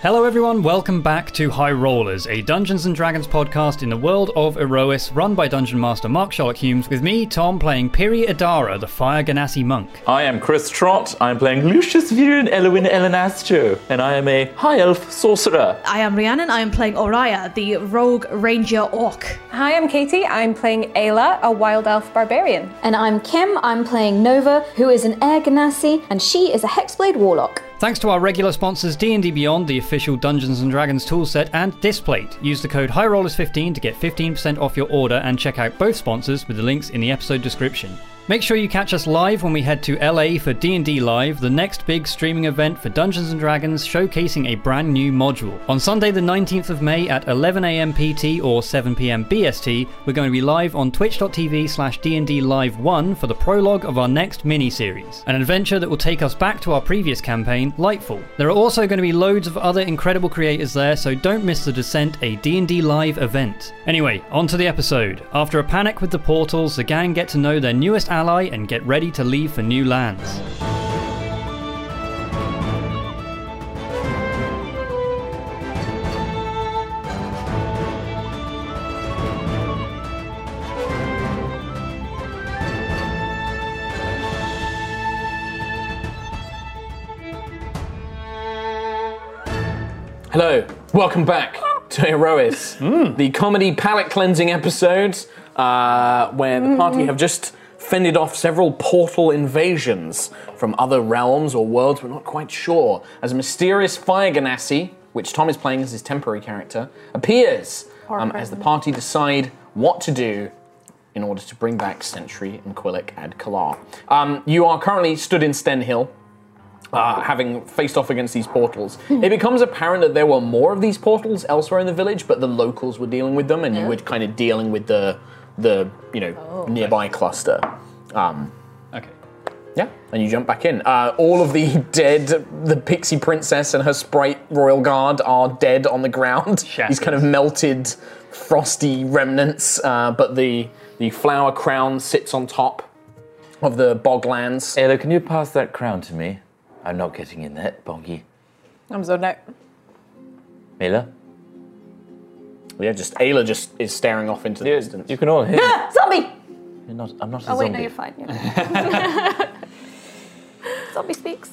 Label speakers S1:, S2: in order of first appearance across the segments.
S1: Hello, everyone. Welcome back to High Rollers, a Dungeons and Dragons podcast in the world of Erois, run by Dungeon Master Mark Sherlock Humes. With me, Tom, playing Piri Adara, the Fire Ganassi monk.
S2: I am Chris Trott. I'm playing Lucius Viren Elwin Elenastro, and I am a high elf sorcerer.
S3: I am Rhiannon. I am playing Oriah, the rogue ranger orc.
S4: Hi, I'm Katie. I'm playing Ayla, a wild elf barbarian.
S5: And I'm Kim. I'm playing Nova, who is an Air Ganassi, and she is a Hexblade Warlock.
S1: Thanks to our regular sponsors D&D Beyond, the official Dungeons & Dragons toolset, and Displate. Use the code HighRollers15 to get 15% off your order and check out both sponsors with the links in the episode description. Make sure you catch us live when we head to LA for D&D Live, the next big streaming event for Dungeons & Dragons showcasing a brand new module. On Sunday the 19th of May at 11am PT or 7pm BST, we're going to be live on twitch.tv slash D&D Live 1 for the prologue of our next mini-series, an adventure that will take us back to our previous campaign, Lightfall. There are also going to be loads of other incredible creators there, so don't miss The Descent, a D&D Live event. Anyway, on to the episode. After a panic with the portals, the gang get to know their newest ally and get ready to leave for new lands.
S6: Hello, welcome back to Herois, the comedy palate cleansing episode uh, where the party have just fended off several portal invasions from other realms or worlds, we're not quite sure, as a mysterious fire ganassi, which Tom is playing as his temporary character, appears um, as the party decide what to do in order to bring back Sentry and Quillic and Kalar. Um, you are currently stood in Stenhill, uh, having faced off against these portals. it becomes apparent that there were more of these portals elsewhere in the village, but the locals were dealing with them, and you were kind of dealing with the the you know nearby cluster. Um,
S1: Okay.
S6: yeah, and you jump back in. Uh, all of the dead, the pixie princess and her sprite royal guard are dead on the ground. These kind of melted, frosty remnants. Uh, but the the flower crown sits on top of the boglands.
S2: Ayla, can you pass that crown to me? I'm not getting in that, Bongi.
S4: I'm zoned out.
S2: Mila?
S6: Yeah, just Ayla just is staring off into the distance.
S2: You can all hear. me.
S5: Zombie!
S2: You're not, I'm not a
S4: Ah, Oh, wait,
S2: zombie.
S4: no, you're fine. You're fine. Zombie speaks.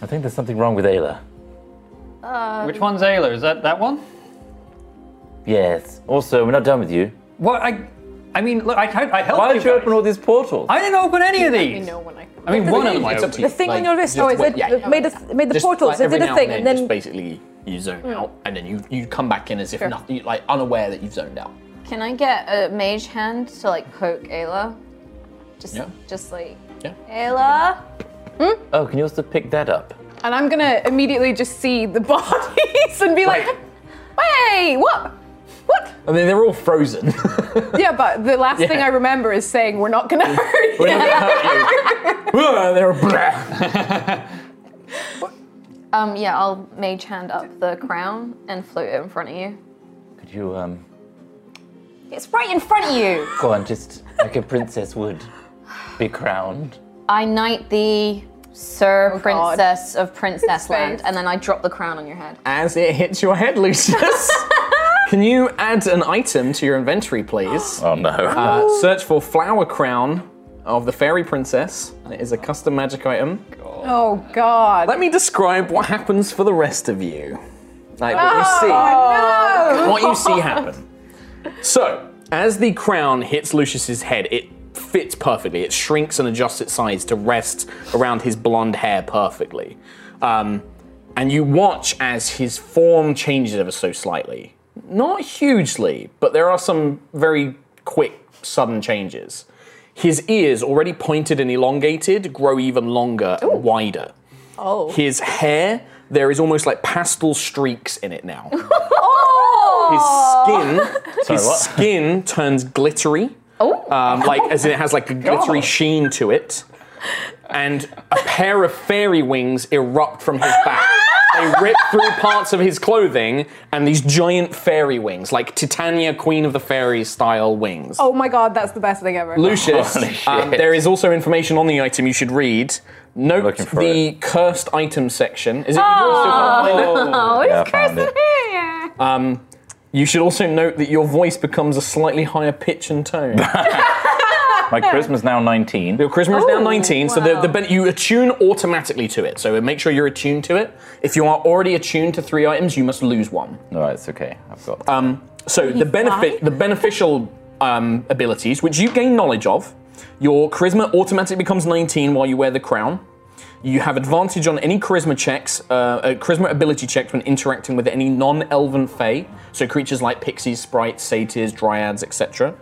S2: I think there's something wrong with Ayla.
S1: Which one's Ayla? Is that that one?
S2: Yes. Also, we're not done with you.
S1: What I, I mean, look, I, I helped
S2: Why
S1: you
S2: don't you
S1: guys.
S2: open all these portals?
S1: I didn't open any of
S4: You
S1: these.
S4: know when I.
S1: I mean, one of them I
S6: It's up
S1: opened.
S6: to you.
S4: The thing on
S6: Like,
S4: your wrist.
S6: just
S4: Oh, is
S6: wait-
S4: it
S6: yeah,
S4: it
S6: yeah.
S4: made the, made the
S6: Just,
S4: portals.
S6: like,
S4: it
S6: every
S4: did a
S6: now
S4: thing,
S6: and
S4: and
S6: then, Mm.
S4: then
S6: just basically you zone out, and then you you come back in as if nothing, you, like unaware that you've zoned out.
S5: Can I get a mage hand to like poke Ayla? Just,
S6: Yeah.
S5: just like
S6: Yeah.
S5: Ayla.
S2: Oh, can you also pick that up?
S4: and I'm gonna immediately just see the bodies and be like,
S6: Right.
S4: "Hey, what? What?
S6: I mean, they're all frozen.
S4: Yeah, but the last thing
S6: Yeah.
S4: I remember is saying we're not gonna hurt you.
S6: We're not gonna hurt you. Ah, they're blah.
S5: Um, yeah, I'll mage hand up the crown and float it in front of you.
S2: Could you, um,
S5: It's right in front of you.
S2: go on, just like a princess would be crowned?
S5: I knight thee, Sir
S4: Oh, God.
S5: Princess of Princess
S4: His
S5: Land,
S4: face.
S5: and then I drop the crown on your head.
S6: As it hits your head, Lucius. Can you add an item to your inventory, please?
S2: Oh, no.
S6: Uh, search for flower crown of the fairy princess. and It is a custom magic item.
S4: Oh God.
S6: Let me describe what happens for the rest of you. Like what you see.
S4: Oh,
S6: What you see happen. So, as the crown hits Lucius's head, it fits perfectly. It shrinks and adjusts its size to rest around his blonde hair perfectly. Um, and you watch as his form changes ever so slightly. Not hugely, but there are some very quick, sudden changes. His ears, already pointed and elongated, grow even longer and wider.
S4: Oh.
S6: His hair, there is almost like pastel streaks in it now.
S5: Oh!
S6: His skin, his
S2: what?
S6: skin turns glittery. Um, like as in it has like a glittery sheen to it, and a pair of fairy wings erupt from his back. They rip through parts of his clothing and these giant fairy wings, like Titania, Queen of the Fairies style wings.
S4: Oh my god, that's the best thing ever.
S2: Holy
S6: Lucius, um,
S2: shit.
S6: there is also information on the item you should read. Note
S2: Looking for
S6: the cursed item section. Is it?
S5: Oh, it's
S2: Yeah, I found
S5: cursing
S2: it.
S5: here.
S6: Um, you should also note that your voice becomes a slightly higher pitch and tone.
S2: My charisma's now 19.
S6: Your charisma is now 19, so the,
S4: wow.
S6: the, ben- you attune automatically to it. So make sure you're attuned to it. If you are already attuned to three items, you must lose one.
S2: No, it's okay. I've got.
S6: Um, so the benefit, the beneficial um, abilities, which you gain knowledge of, your charisma automatically becomes 19 while you wear the crown. You have advantage on any charisma checks, uh, uh, charisma ability checks when interacting with any non-elven fae, so creatures like pixies, sprites, satyrs, dryads, etc.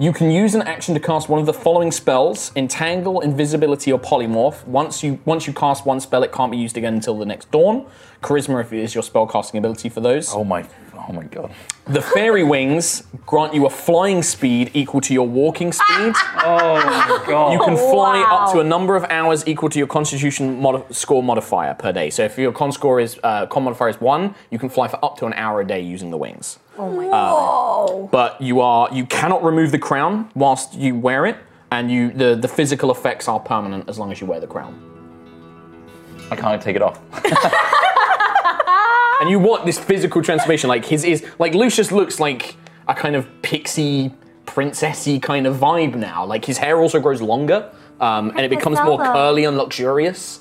S6: You can use an action to cast one of the following spells: entangle, invisibility, or polymorph. Once you once you cast one spell, it can't be used again until the next dawn. Charisma if it is your spell casting ability for those.
S2: oh my. Oh my god.
S6: The fairy wings grant you a flying speed equal to your walking speed. You can fly up to a number of hours equal to your constitution mod- score modifier per day. So if your con score is uh, con modifier is one, you can fly for up to an hour a day using the wings. Oh my god! But you are you cannot remove the crown whilst you wear it, and you the, the physical effects are permanent as long as you wear the crown.
S2: I can't take it off.
S6: And you want this physical transformation, like his is like Lucius looks like a kind of pixie princessy kind of vibe now. Like his hair also grows longer, um, and it becomes more
S5: Zelda.
S6: curly and luxurious.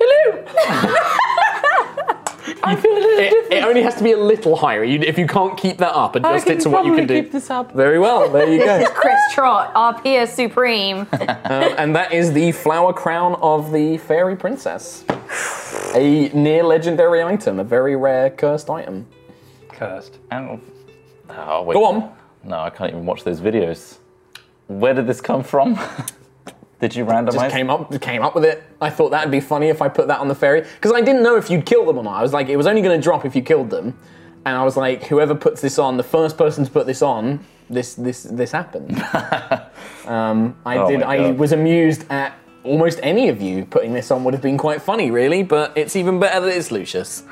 S6: Hello. I feel a little it, different. It only has to be a little higher. You, if you can't keep that up, adjust it to what you can do.
S4: keep this up.
S6: Very well. There you go.
S5: Chris Trot, our peer supreme.
S6: and that is the flower crown of the fairy princess. A near legendary item, a very rare cursed item.
S1: Cursed.
S2: Ow. Oh, wait.
S6: Go on.
S2: No, I can't even watch those videos. Where did this come from? did you randomize?
S6: just came up came up with it. I thought that'd be funny if I put that on the ferry because I didn't know if you'd kill them or not. I was like, it was only going to drop if you killed them, and I was like, whoever puts this on, the first person to put this on, this this this happened. um, I
S2: Oh
S6: did.
S2: my
S6: I
S2: God.
S6: was amused at almost any of you putting this on would have been quite funny, really. But it's even better that it's Lucius.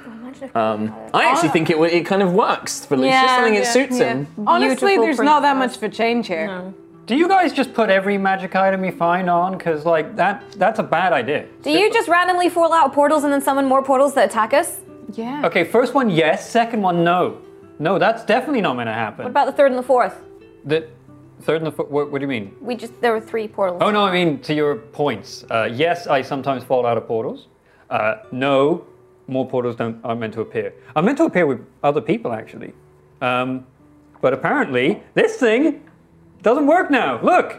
S6: Um, I actually think it wa- it kind of works for Lucius.
S5: Ah. Yeah,
S6: I think it
S5: yeah,
S6: suits him.
S4: Honestly,
S5: Beautiful
S4: there's not that much for
S5: princess.
S4: change here.
S1: Do you guys just put every magic item you find on? Because like that—that's a bad idea.
S5: Do you just randomly fall out of portals and then summon more portals that attack us?
S4: Yeah.
S1: Okay, first one yes, second one no. No, that's definitely not going to happen.
S5: What about the third and the fourth?
S1: the third and the fourth? What, what do you mean?
S5: We just there were three portals.
S1: Oh no, I mean to your points. Uh, yes, I sometimes fall out of portals. Uh, no, more portals don't aren't meant to appear. I'm meant to appear with other people actually, um, but apparently this thing doesn't work now. Look.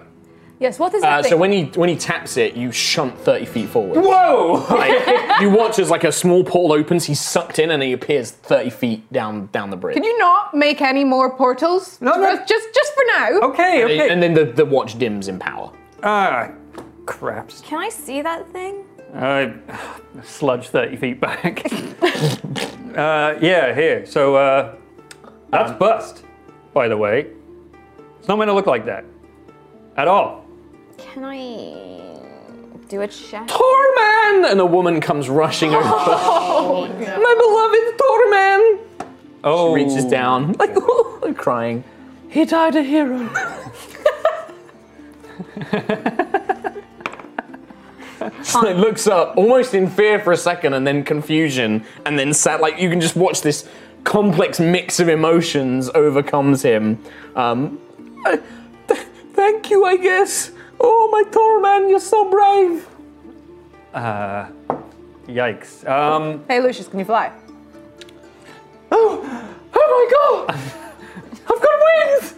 S4: Yes. What is that
S6: Uh,
S4: thing?
S6: so when he when he taps it, you shunt thirty feet forward.
S1: Whoa!
S6: Like, you watch as like a small portal opens, he's sucked in, and he appears thirty feet down down the bridge.
S4: Can you not make any more portals?
S1: No, no.
S4: Just, just for now.
S1: okay, okay.
S6: And then the, the watch dims in power.
S1: ah, craps.
S5: Can I see that thing?
S7: Uh,
S1: I sludge 30 feet back. uh, yeah, here. So uh, that's bust, by the way. It's not meant to look like that at all.
S5: Can I do a check?
S6: Torman! And a woman comes rushing over. My beloved Torman!
S1: Oh,
S6: Reaches down, like crying. He died a hero. She like, looks up, almost in fear for a second, and then confusion, and then sad. Like you can just watch this complex mix of emotions overcomes him. Um, I- th- thank you, I guess. Oh, my Torman, you're so brave.
S1: Uh, yikes. Um,
S4: Hey, Lucius, can you fly?
S6: Oh, oh my god! I've got wings!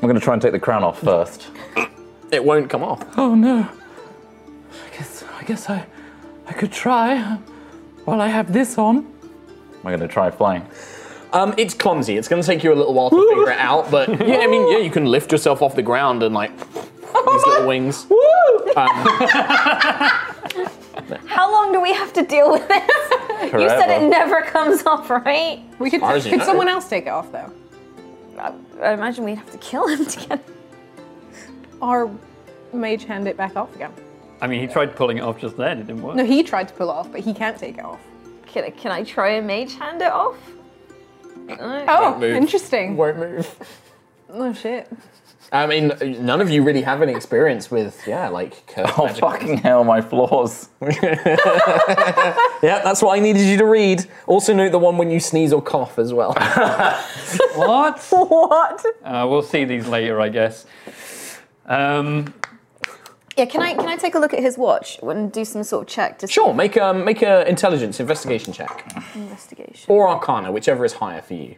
S2: I'm gonna try and take the crown off first.
S6: It won't come off.
S8: Oh no. I guess I guess I I could try uh, while I have this on.
S2: I'm gonna try flying.
S6: Um, it's clumsy. It's going to take you a little while to figure it out, but yeah, I mean, yeah, you can lift yourself off the ground and like these little wings.
S5: How long do we have to deal with this? You said
S2: Forever.
S5: it never comes off, right?
S4: We could.
S6: far as you
S4: Could
S6: know.
S4: someone else take it off though?
S5: I, I imagine we'd have to kill him to get.
S4: Or mage hand it back off again?
S7: I mean, he tried pulling it off just then. It didn't work.
S4: No, he tried to pull it off, but he can't take it off.
S5: Can I, can I try and mage hand it off?
S4: Oh, interesting.
S6: Won't move.
S4: Oh shit.
S6: I mean, none of you really have any experience with, yeah, like cursed
S2: Oh,
S6: magic.
S2: fucking hell, my flaws.
S6: Yeah, that's what I needed you to read. Also note the one when you sneeze or cough as well.
S7: What?
S4: What?
S7: Uh, we'll see these later, I guess. Um,
S5: Yeah, can I can I take a look at his watch and do some sort of check? To see-
S6: sure, make a make a intelligence investigation check
S5: Investigation.
S6: or Arcana, whichever is higher for you.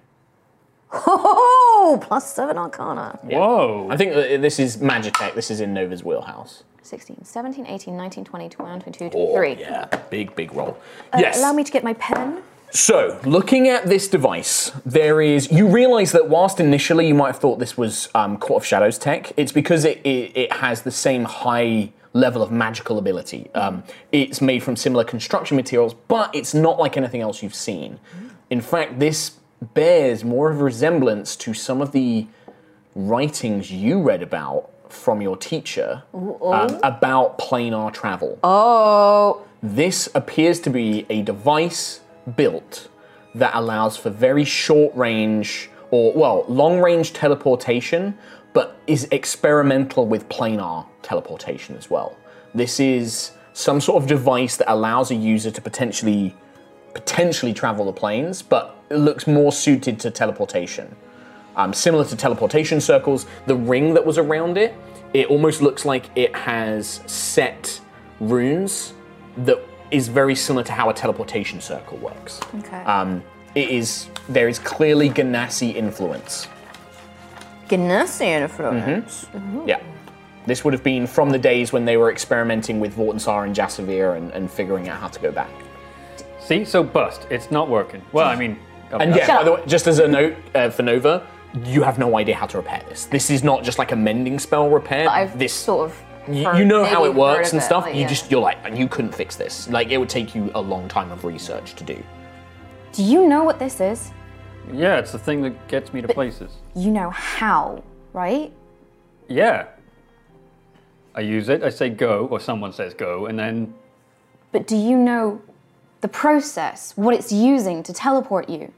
S5: Oh, plus seven arcana.
S7: Whoa.
S6: I think that this is Magitech. This is in Nova's wheelhouse.
S5: 16, 17, 18, 19, 20, 21, 22, 23.
S6: Oh, Yeah, big big roll.
S5: Uh,
S6: yes.
S5: Allow me to get my pen.
S6: So, looking at this device, there is. You realize that whilst initially you might have thought this was um, Court of Shadows tech, it's because it, it, it has the same high level of magical ability. Um, it's made from similar construction materials, but it's not like anything else you've seen. In fact, this bears more of a resemblance to some of the writings you read about from your teacher um, about planar travel.
S4: Oh.
S6: This appears to be a device built that allows for very short range or, well, long range teleportation, but is experimental with planar teleportation as well. This is some sort of device that allows a user to potentially potentially travel the planes, but it looks more suited to teleportation. Um, similar to teleportation circles, the ring that was around it, it almost looks like it has set runes that is very similar to how a teleportation circle works.
S5: Okay.
S6: Um, it is there is clearly Ganassi influence.
S5: Ganassi
S6: Mm-hmm.
S5: influence.
S6: Yeah. This would have been from the days when they were experimenting with Vortensar and Jasavir and, and figuring out how to go back.
S7: See, so bust. It's not working. Well, I mean,
S6: And yeah, by the way, just as a note uh, for Nova, you have no idea how to repair this. This is not just like a mending spell repair.
S5: I've
S6: this
S5: sort of
S6: you,
S5: heard-
S6: you know how
S5: maybe
S6: it works
S5: heard
S6: and
S5: of it,
S6: stuff.
S5: but
S6: You
S5: yeah.
S6: just you're like, and you couldn't fix this. Like it would take you a long time of research to do.
S5: Do you know what this is?
S7: yeah, it's the thing that gets me to places.
S5: You know how, right?
S7: Yeah. I use it. I say go, or someone says go, and then
S5: But do you know the process, what it's using to teleport you?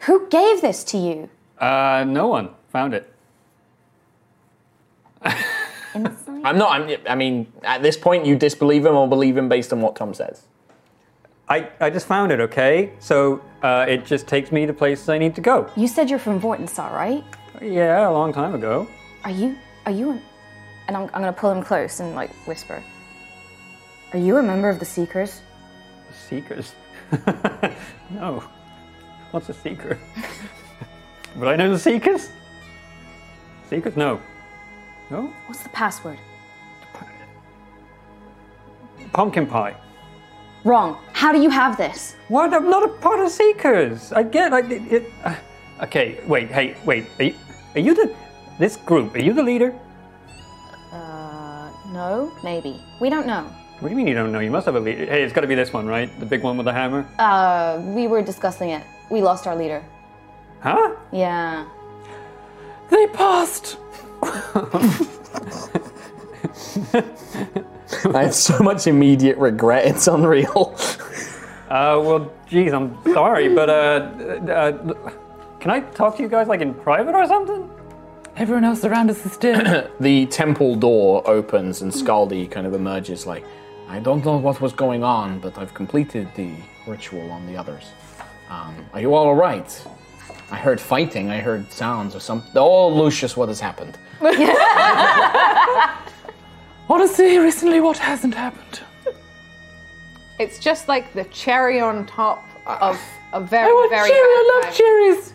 S5: Who gave this to you?
S7: uh, no one found it.
S5: Insight?
S6: I'm not. I'm, I mean, at this point, you disbelieve him or believe him based on what Tom says.
S7: I, I just found it, okay? So uh, it just takes me to places I need to go.
S5: You said you're from Vortenstar, right?
S7: Yeah, a long time ago.
S5: Are you? Are you? A, and I'm, I'm gonna pull him close and like whisper. Are you a member of the Seekers?
S7: Seekers. no. What's a seeker? but I know the seekers? Seekers? No. No?
S5: What's the password?
S7: Pumpkin pie.
S5: Wrong. How do you have this?
S7: What? I'm not a part of Seekers. I get I, it. it uh, okay, wait, hey, wait. Are you, are you the. This group, are you the leader?
S5: Uh, no. Maybe. We don't know.
S7: What do you mean you don't know? You must have a leader. Hey, it's gotta be this one, right? The big one with the hammer?
S5: Uh, we were discussing it. We lost our leader.
S7: Huh?
S5: Yeah.
S8: They passed.
S6: I have so much immediate regret. It's unreal.
S7: Uh, well, geez, I'm sorry, but, uh, uh, can I talk to you guys, like, in private or something?
S8: Everyone else around us is dead.
S6: the temple door opens and Scaldi kind of emerges like, I don't know what was going on, but I've completed the ritual on the others. Um, are you all alright? I heard fighting, I heard sounds or something. Oh, Lucius, what has happened?
S8: Honestly, recently what hasn't happened?
S4: It's just like the cherry on top of a very,
S8: I want
S4: very
S8: cherry. I
S4: bad
S8: love
S4: time.
S8: cherries.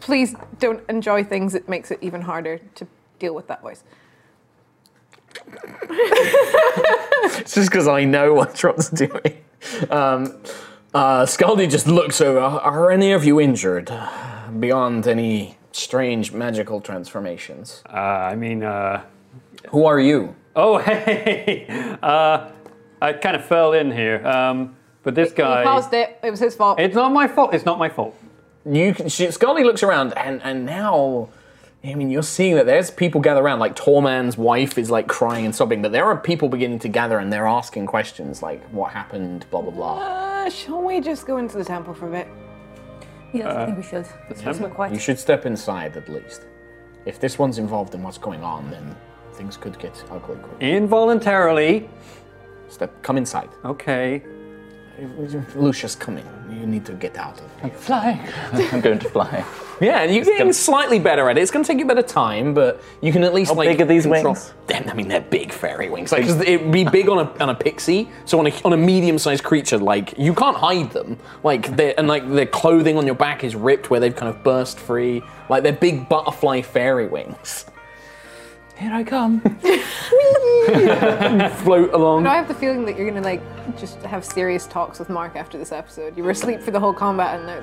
S4: Please don't enjoy things. It makes it even harder to deal with that voice.
S6: It's just because I know what Trump's doing. Um, uh, Scaldi just looks over. Are any of you injured beyond any strange magical transformations?
S7: Uh, I mean, uh...
S6: Who are you?
S7: Oh, hey! Uh, I kind of fell in here, um, but this guy...
S4: He paused it. It was his fault.
S7: It's not my fault. It's not my fault.
S6: You can, she, Scully looks around, and, and now I mean, you're seeing that there's people gather around. Like Torman's wife is like crying and sobbing, but there are people beginning to gather and they're asking questions like, "What happened?" Blah blah blah.
S4: Uh, shall we just go into the temple for a bit?
S9: Yes, I think we
S8: Uh,
S9: should. It's not quite.
S8: Mm-hmm.
S6: You should step inside at least. If this one's involved in what's going on, then things could get ugly. quick.
S10: Involuntarily.
S6: Step, come inside.
S10: Okay.
S6: Lucius, come in. You need to get out of here.
S8: Flying.
S2: I'm going to fly.
S6: Yeah, and you're getting slightly better at it. It's going to take you a bit of time, but you can at least like.
S2: big are these wings?
S6: Damn, I mean, they're big fairy wings. Like, 'cause it'd be big on a on a pixie, so on a on a medium sized creature, like you can't hide them. Like they and like their clothing on your back is ripped where they've kind of burst free. Like they're big butterfly fairy wings.
S8: Here I come.
S6: Float along.
S4: No, I have the feeling that you're gonna like just have serious talks with Mark after this episode. You were asleep for the whole combat, and now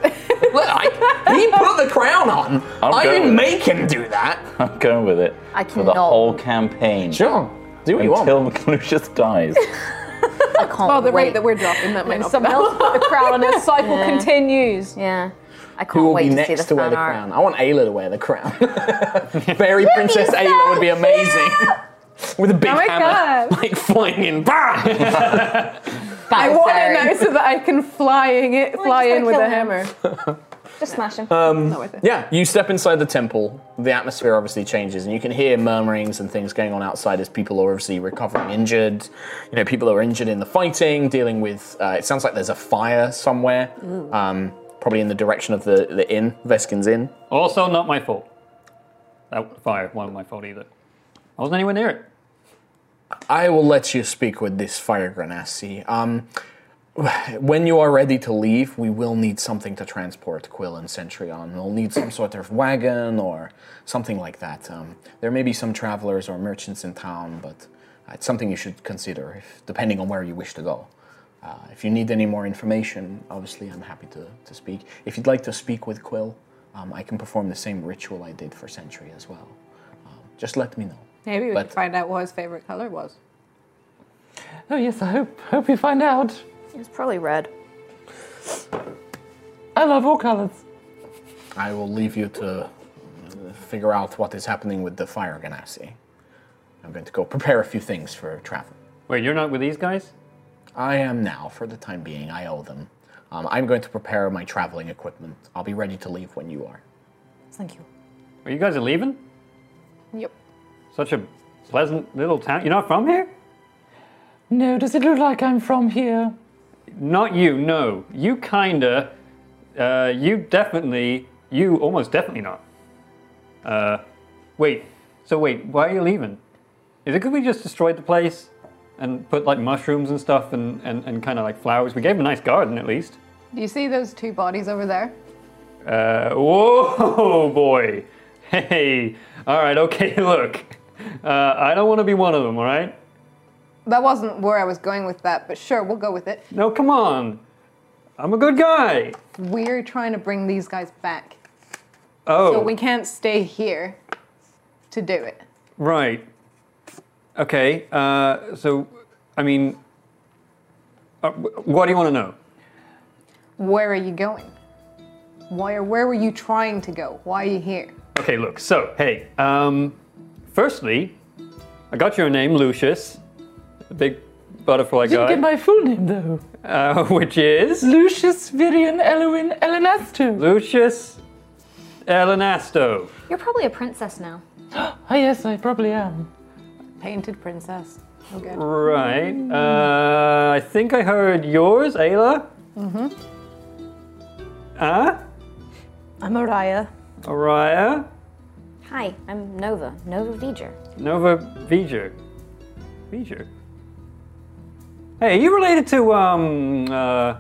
S6: Look, I, he put the crown on.
S2: I'm
S6: I
S2: going with
S6: didn't make him do that.
S2: I'm going with it.
S5: I
S2: For the
S5: cannot.
S2: whole campaign.
S6: Sure, do what you want.
S2: Until Lucius dies.
S5: I can't
S4: well, Oh, the
S5: wait.
S4: rate that we're dropping, that might
S9: And
S4: not.
S9: someone else put the crown on. and The cycle continues.
S5: yeah, I
S6: Who
S5: can't
S6: will
S5: wait
S6: be
S5: to see
S6: next
S5: the
S6: to wear
S5: fan
S6: the
S5: art.
S6: crown? I want Ayla to wear the crown. Fairy Princess Ayla would be amazing. With a big
S5: Oh
S4: my
S6: hammer,
S4: God.
S6: like flying in. Bah!
S4: I want it
S5: Fairy.
S4: now so that I can flying it, fly
S5: just
S4: in
S5: gotta
S4: with
S5: kill
S4: a
S5: him.
S4: hammer.
S5: Just smash him.
S6: Um,
S4: Not worth it.
S6: yeah, you step inside the temple. The atmosphere obviously changes, and you can hear murmurings and things going on outside as people are obviously recovering injured. You know, people are injured in the fighting, dealing with. Uh, it sounds like there's a fire somewhere, um, probably in the direction of the, the inn, Veskin's inn.
S7: Also, not my fault. That fire wasn't my fault either. I wasn't anywhere near it.
S6: I will let you speak with this fire granassi. Um, when you are ready to leave, we will need something to transport Quill and Sentry on. We'll need some sort of wagon or something like that. Um, there may be some travelers or merchants in town, but uh, it's something you should consider, if, depending on where you wish to go. Uh, if you need any more information, obviously I'm happy to, to speak. If you'd like to speak with Quill, um, I can perform the same ritual I did for Sentry as well. Um, just let me know.
S4: Maybe we
S6: But-
S4: could find out what his favorite color was.
S8: Oh yes, I hope hope we find out.
S9: It's probably red.
S8: I love all colors.
S6: I will leave you to uh, figure out what is happening with the fire ganassi. I'm going to go prepare a few things for travel.
S7: Wait, you're not with these guys?
S6: I am now, for the time being, I owe them. Um, I'm going to prepare my traveling equipment. I'll be ready to leave when you are.
S9: Thank you.
S7: Well, you guys are leaving?
S4: Yep.
S7: Such a pleasant little town. You're not from here?
S8: No, does it look like I'm from here?
S7: Not you, no. You kinda. Uh, you definitely. You almost definitely not. Uh, wait. So wait, why are you leaving? Is it because we just destroyed the place and put like mushrooms and stuff and, and, and kind of like flowers? We gave them a nice garden at least.
S4: Do you see those two bodies over there?
S7: Uh, whoa, boy. Hey. All right. Okay. Look. Uh, I don't want to be one of them. All right.
S4: That wasn't where I was going with that, but sure, we'll go with it.
S7: No, come on. I'm a good guy.
S4: We're trying to bring these guys back,
S7: Oh.
S4: but we can't stay here to do it.
S7: Right. Okay. Uh, so, I mean, uh, wh- what do you want to know?
S4: Where are you going? Why or where were you trying to go? Why are you here?
S7: Okay, look. So, hey. Um, firstly, I got your name, Lucius, the big butterfly
S8: Didn't
S7: guy,
S8: get my full name though.
S7: uh, which is
S8: Lucius Virian Elwin Elenasto.
S7: Lucius Elenasto.
S5: You're probably a princess now.
S8: Ah yes, I probably am.
S4: Painted princess. Okay.
S7: Right. Uh, I think I heard yours, Ayla. Mm-hmm. Ah,
S9: I'm Araya.
S7: Araya,
S5: Hi, I'm Nova. Nova V'ger.
S7: Nova Vijay. Vijay. Hey, are you related to um uh, uh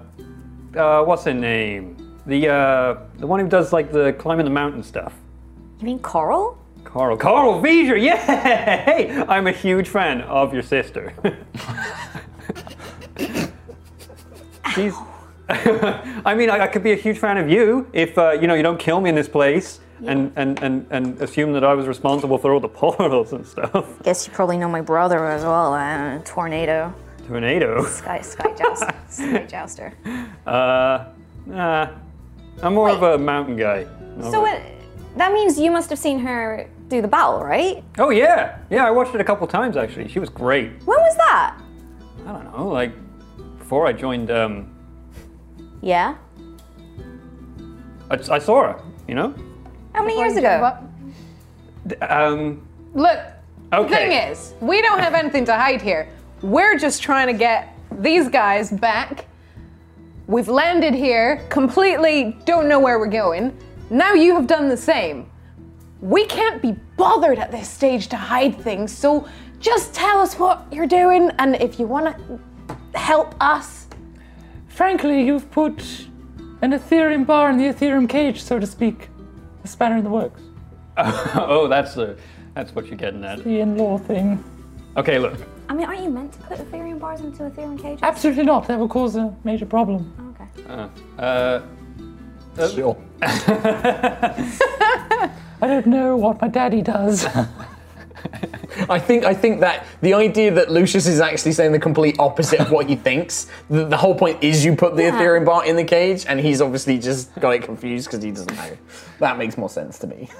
S7: what's her name? The uh the one who does like the climbing the mountain stuff.
S5: You mean Coral?
S7: Carl. Carl Vijay, yeah! Hey, I'm a huge fan of your sister. She's. I mean, I, I could be a huge fan of you if uh, you know you don't kill me in this place and, and, and, and assume that I was responsible for all the portals and stuff.
S5: Guess you probably know my brother as well. Uh, tornado.
S7: Tornado.
S5: Sky, sky jouster. sky jouster.
S7: Uh, nah, I'm more of
S5: Wait.
S7: a mountain guy.
S5: So
S7: Not
S5: it, That means you must have seen her do the battle, right?
S7: Oh yeah, yeah. I watched it a couple times actually. She was great.
S5: When was that?
S7: I don't know, like before I joined. Um,
S5: Yeah.
S7: I, I saw her. You know.
S5: How many years ago?
S7: Th- Um.
S4: Look,
S7: Okay.
S4: thing is, we don't have anything to hide here. We're just trying to get these guys back. We've landed here, completely don't know where we're going. Now you have done the same. We can't be bothered at this stage to hide things, so just tell us what you're doing and if you want to help us.
S8: Frankly, you've put an Ethereum bar in the Ethereum cage, so to speak. A spanner in the works.
S7: oh, that's the. That's what you're getting at.
S8: The in law thing.
S7: Okay, look.
S5: I mean, aren't you meant to put Ethereum bars into Ethereum cages?
S8: Absolutely not. That will cause a major problem.
S5: Okay.
S7: Uh, uh,
S6: Sure.
S8: I don't know what my daddy does.
S6: I think I think that the idea that Lucius is actually saying the complete opposite of what he thinks. The, the whole point is you put the
S5: Yeah.
S6: Ethereum bar in the cage, and he's obviously just got it confused because he doesn't know. That makes more sense to me.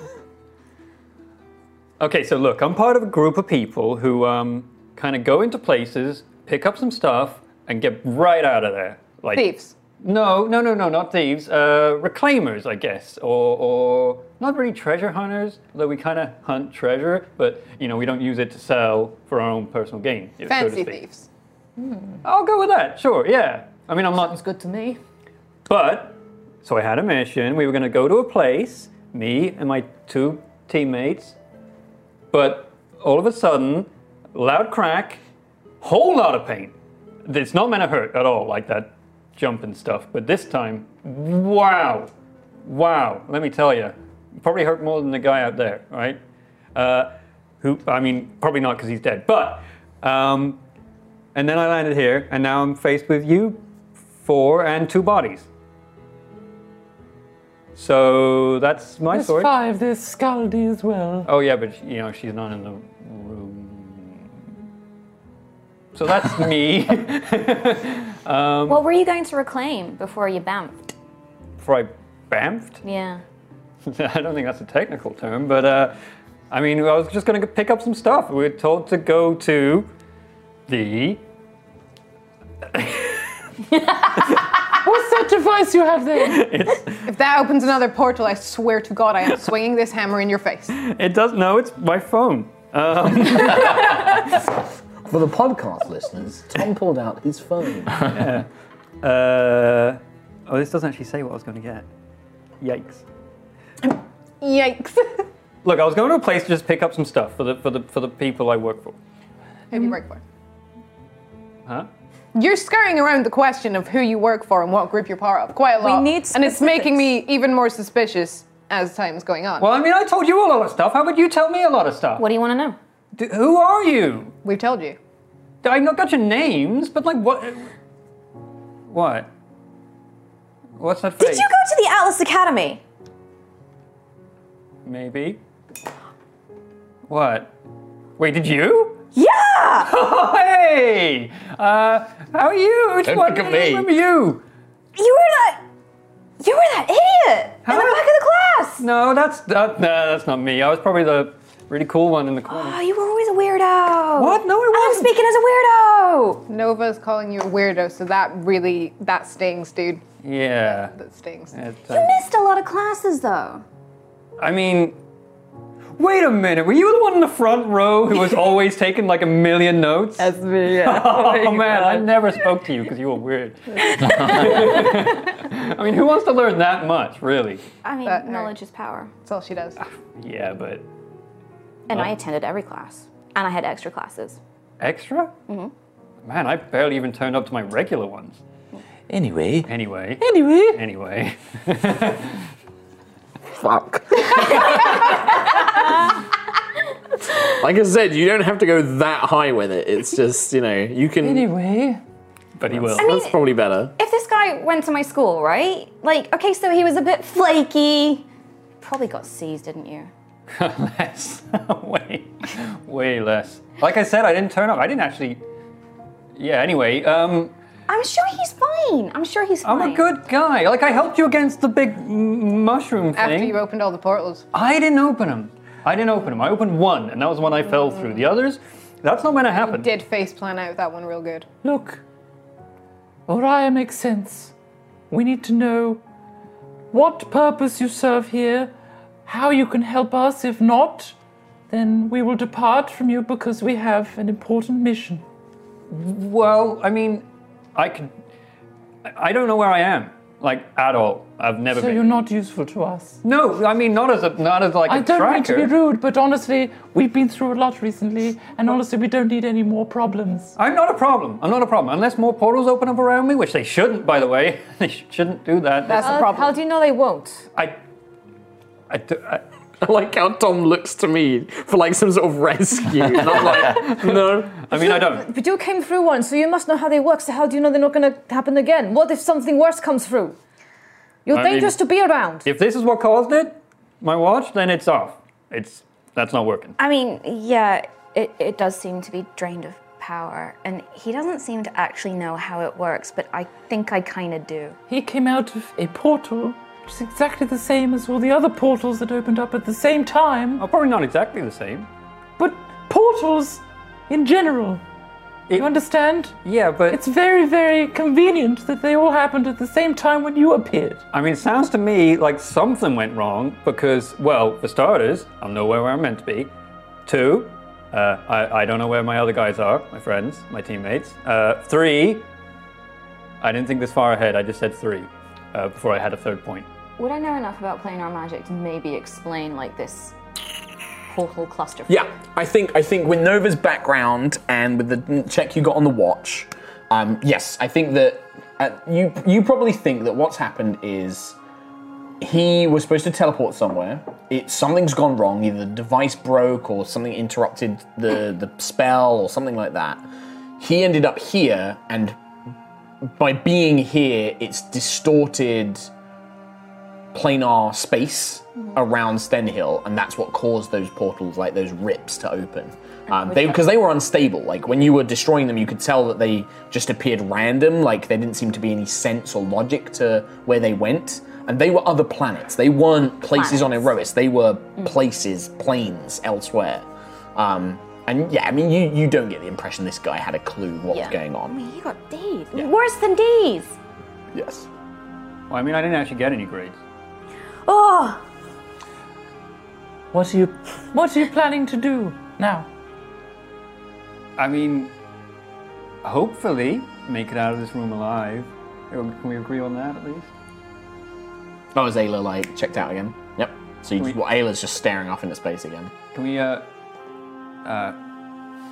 S7: Okay, so look, I'm part of a group of people who um, kind of go into places, pick up some stuff, and get right out of there. Like
S4: Thieves.
S7: No, no, no, no, not thieves. Uh, reclaimers, I guess, or, or not really treasure hunters, though we kind of hunt treasure, but you know we don't use it to sell for our own personal gain. you know, so to
S4: Fancy
S7: speak.
S4: thieves.
S7: I'll go with that. Sure, yeah. I mean, I'm not
S4: Sounds good to me.
S7: but so I had a mission. We were going to go to a place, me and my two teammates. But all of a sudden, loud crack, whole lot of pain. It's not meant to hurt at all, like that jump and stuff. But this time, wow, wow. Let me tell you, probably hurt more than the guy out there, right? Uh, who? I mean, probably not because he's dead. But, um, and then I landed here, and now I'm faced with you four and two bodies. So that's my
S8: There's
S7: sword.
S8: five. There's Scaldi as well.
S7: Oh yeah, but you know she's not in the room. So that's me.
S5: What were you going to reclaim before you bamfed?
S7: Before I bamfed.
S5: Yeah.
S7: I don't think that's a technical term, but uh, I mean, I was just going to pick up some stuff. We were told to go to the
S8: What's that device you have there?
S4: If that opens another portal, I swear to God, I am swinging this hammer in your face.
S7: It does. No, it's my phone. Um,
S6: For the podcast listeners, Tom pulled out his phone.
S7: uh, oh, this doesn't actually say what I was going to get. Yikes.
S4: Yikes.
S7: Look, I was going to a place to just pick up some stuff for the for the for the people I work for.
S4: Who you work for?
S7: Huh?
S4: You're skirting around the question of who you work for and what group you're part of quite a lot.
S11: need
S4: and it's making me even more suspicious as time's going on.
S7: Well, I mean, I told you a lot of stuff. How about you tell me a lot of stuff?
S5: What do you want to know?
S7: D- who are you?
S4: We've told you.
S7: I've not got your names, but like what? What? What's that face?
S5: Did you go to the Atlas Academy?
S7: Maybe. What? Wait, did you?
S5: Yeah!
S7: Oh, hey! Uh, how are you? Which
S6: Don't
S7: one?
S6: look at
S7: I don't
S6: me.
S7: remember you.
S5: You were that. You were that idiot in the
S7: Huh?
S5: back of the class!
S7: No, that's that, nah, that's not me. I was probably the really cool one in the corner.
S5: Oh, you were always a weirdo.
S7: What? No, I
S5: And I'm
S7: wasn't.
S5: speaking as a weirdo.
S4: Nova's calling you a weirdo, so that really that stings, dude.
S7: yeah.
S4: That stings.
S7: It,
S5: You
S7: uh,
S5: missed a lot of classes, though.
S7: I mean, wait a minute. Were you the one in the front row who was always taking like a million notes?
S11: That's me, yeah.
S7: Oh man, I never spoke to you because you were weird. I mean, who wants to learn that much, really?
S5: I mean,
S4: That hurt.
S5: knowledge is power.
S4: That's all she does.
S7: Yeah, but
S5: And I attended every class, and I had extra classes.
S7: extra? Mm-hmm. Man, I barely even turned up to my regular ones.
S2: Anyway,
S7: Anyway,
S8: Mm. Anyway,
S7: anyway.
S6: Fuck. like I said, you don't have to go that high with it. It's just you know you can.
S8: anyway.
S7: But he will.
S6: That's probably better.
S5: If this guy went to my school, right? Like, okay, so he was a bit flaky. Probably got C's, didn't you?
S7: less. way, way less. Like I said, I didn't turn up. I didn't actually. Yeah. Anyway, um,
S5: I'm sure he's fine. I'm sure he's fine.
S7: I'm a good guy. Like, I helped you against the big m- mushroom thing.
S4: After you opened all the portals.
S7: I didn't open them. I didn't open them. I opened one, and that was the one I fell through. The others, that's not going to happen.
S4: Did face plan out that one real good.
S8: Look, Oriah makes sense. We need to know what purpose you serve here, how you can help us. If not, then we will depart from you because we have an important mission.
S7: Well, I mean, I could. I- I don't know where I am, like at all. I've never
S8: So
S7: been.
S8: you're not useful to us.
S7: No, I mean not as a not as like a
S8: I don't mean to
S7: tracker.
S8: be rude, but honestly, we've been through a lot recently, and honestly, we don't need any more problems.
S7: I'm not a problem. I'm not a problem unless more portals open up around me, which they shouldn't, by the way. they sh- shouldn't do that.
S4: That's the problem.
S11: How do you know they won't?
S7: I. I, do- I
S6: I like how Tom looks to me for like some sort of rescue. and I'm like, no.
S7: I mean, I don't.
S11: But you came through once, so you must know how they work. So how do you know they're not going to happen again? What if something worse comes through? You're
S7: I mean-
S11: dangerous to be around.
S7: If this is what caused it, my watch, then it's off. It's that's not working.
S5: I mean, yeah, it, it does seem to be drained of power, and he doesn't seem to actually know how it works, but I think I kind of do.
S8: He came out of a portal, which is exactly the same as all the other portals that opened up at the same time,
S7: Oh, probably not exactly the same.
S8: but portals in general.
S7: It-
S8: You understand?
S7: Yeah, but
S8: It's very, very convenient that they all happened at the same time when you appeared.
S7: I mean, it sounds to me like something went wrong because, well, for starters, I'm nowhere where I'm meant to be. Two, uh, I, I don't know where my other guys are, my friends, my teammates. Uh, three, I didn't think this far ahead. I just said three uh, before I had a third point.
S5: Would I know enough about planar magic to maybe explain, like, this portal cluster?
S6: Yeah, I think I think with Nova's background and with the check you got on the watch, um, yes, I think that uh, you you probably think that what's happened is he was supposed to teleport somewhere. It something's gone wrong. Either the device broke or something interrupted the the spell or something like that. He ended up here, and by being here, it's distorted planar space
S5: Mm-hmm.
S6: around Stenhill, and that's what caused those portals, like those rips, to open. Um, they because they were unstable. Like when you were destroying them, you could tell that they just appeared random. Like there didn't seem to be any sense or logic to where they went. And they were other planets. They weren't places on Erois. They were
S5: Mm.
S6: places, planes elsewhere. Um, and yeah, I mean, you, you don't get the impression this guy had a clue what was going
S5: I
S6: on.
S5: mean, he got D's. Worse than D's!
S6: Yes.
S7: Well, I mean, I didn't actually get any grades.
S11: Oh,
S8: What are you what are you planning to do now?
S7: I mean, hopefully, make it out of this room alive. Can we agree on that at least?
S6: Oh, is Ayla like checked out again? Yep. So you,
S7: We-
S6: well, Ayla's just staring off into space again.
S7: Can we, uh, uh,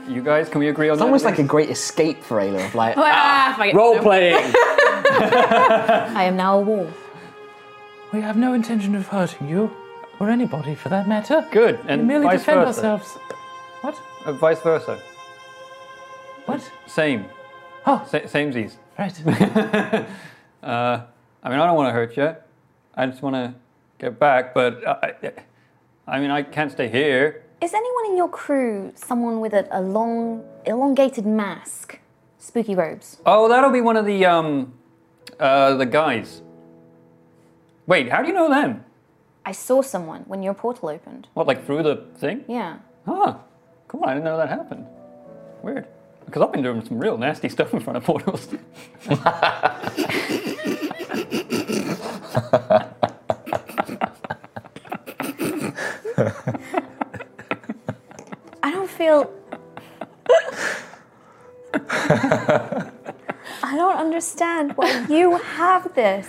S7: you guys, can we agree on
S6: It's
S7: that?
S6: almost
S7: at
S6: like a great escape for Ayla of like
S5: Ah, fuck it.
S6: role playing.
S5: I am now a wolf.
S8: We have no intention of hurting you, or anybody for that matter.
S7: Good, and
S8: we merely
S7: vice
S8: defend
S7: versa.
S8: ourselves. What?
S7: least? Uh, vice versa.
S8: What?
S7: Same.
S8: Oh.
S7: Sa- samesies.
S8: Right.
S7: uh, I mean, I don't want to hurt you. I just want to get back, but I, I I mean, I can't stay here.
S5: Is anyone in your crew someone with a, a long, elongated mask? Spooky robes.
S7: Oh, that'll be one of the um, uh, the guys. Wait, how do you know them?
S5: I saw someone when your portal opened.
S7: What, like through the thing?
S5: Yeah.
S7: Huh. Cool. I didn't know that happened. Weird. Because I've been doing some real nasty stuff in front of portals.
S5: I don't feel. I don't understand why you have this.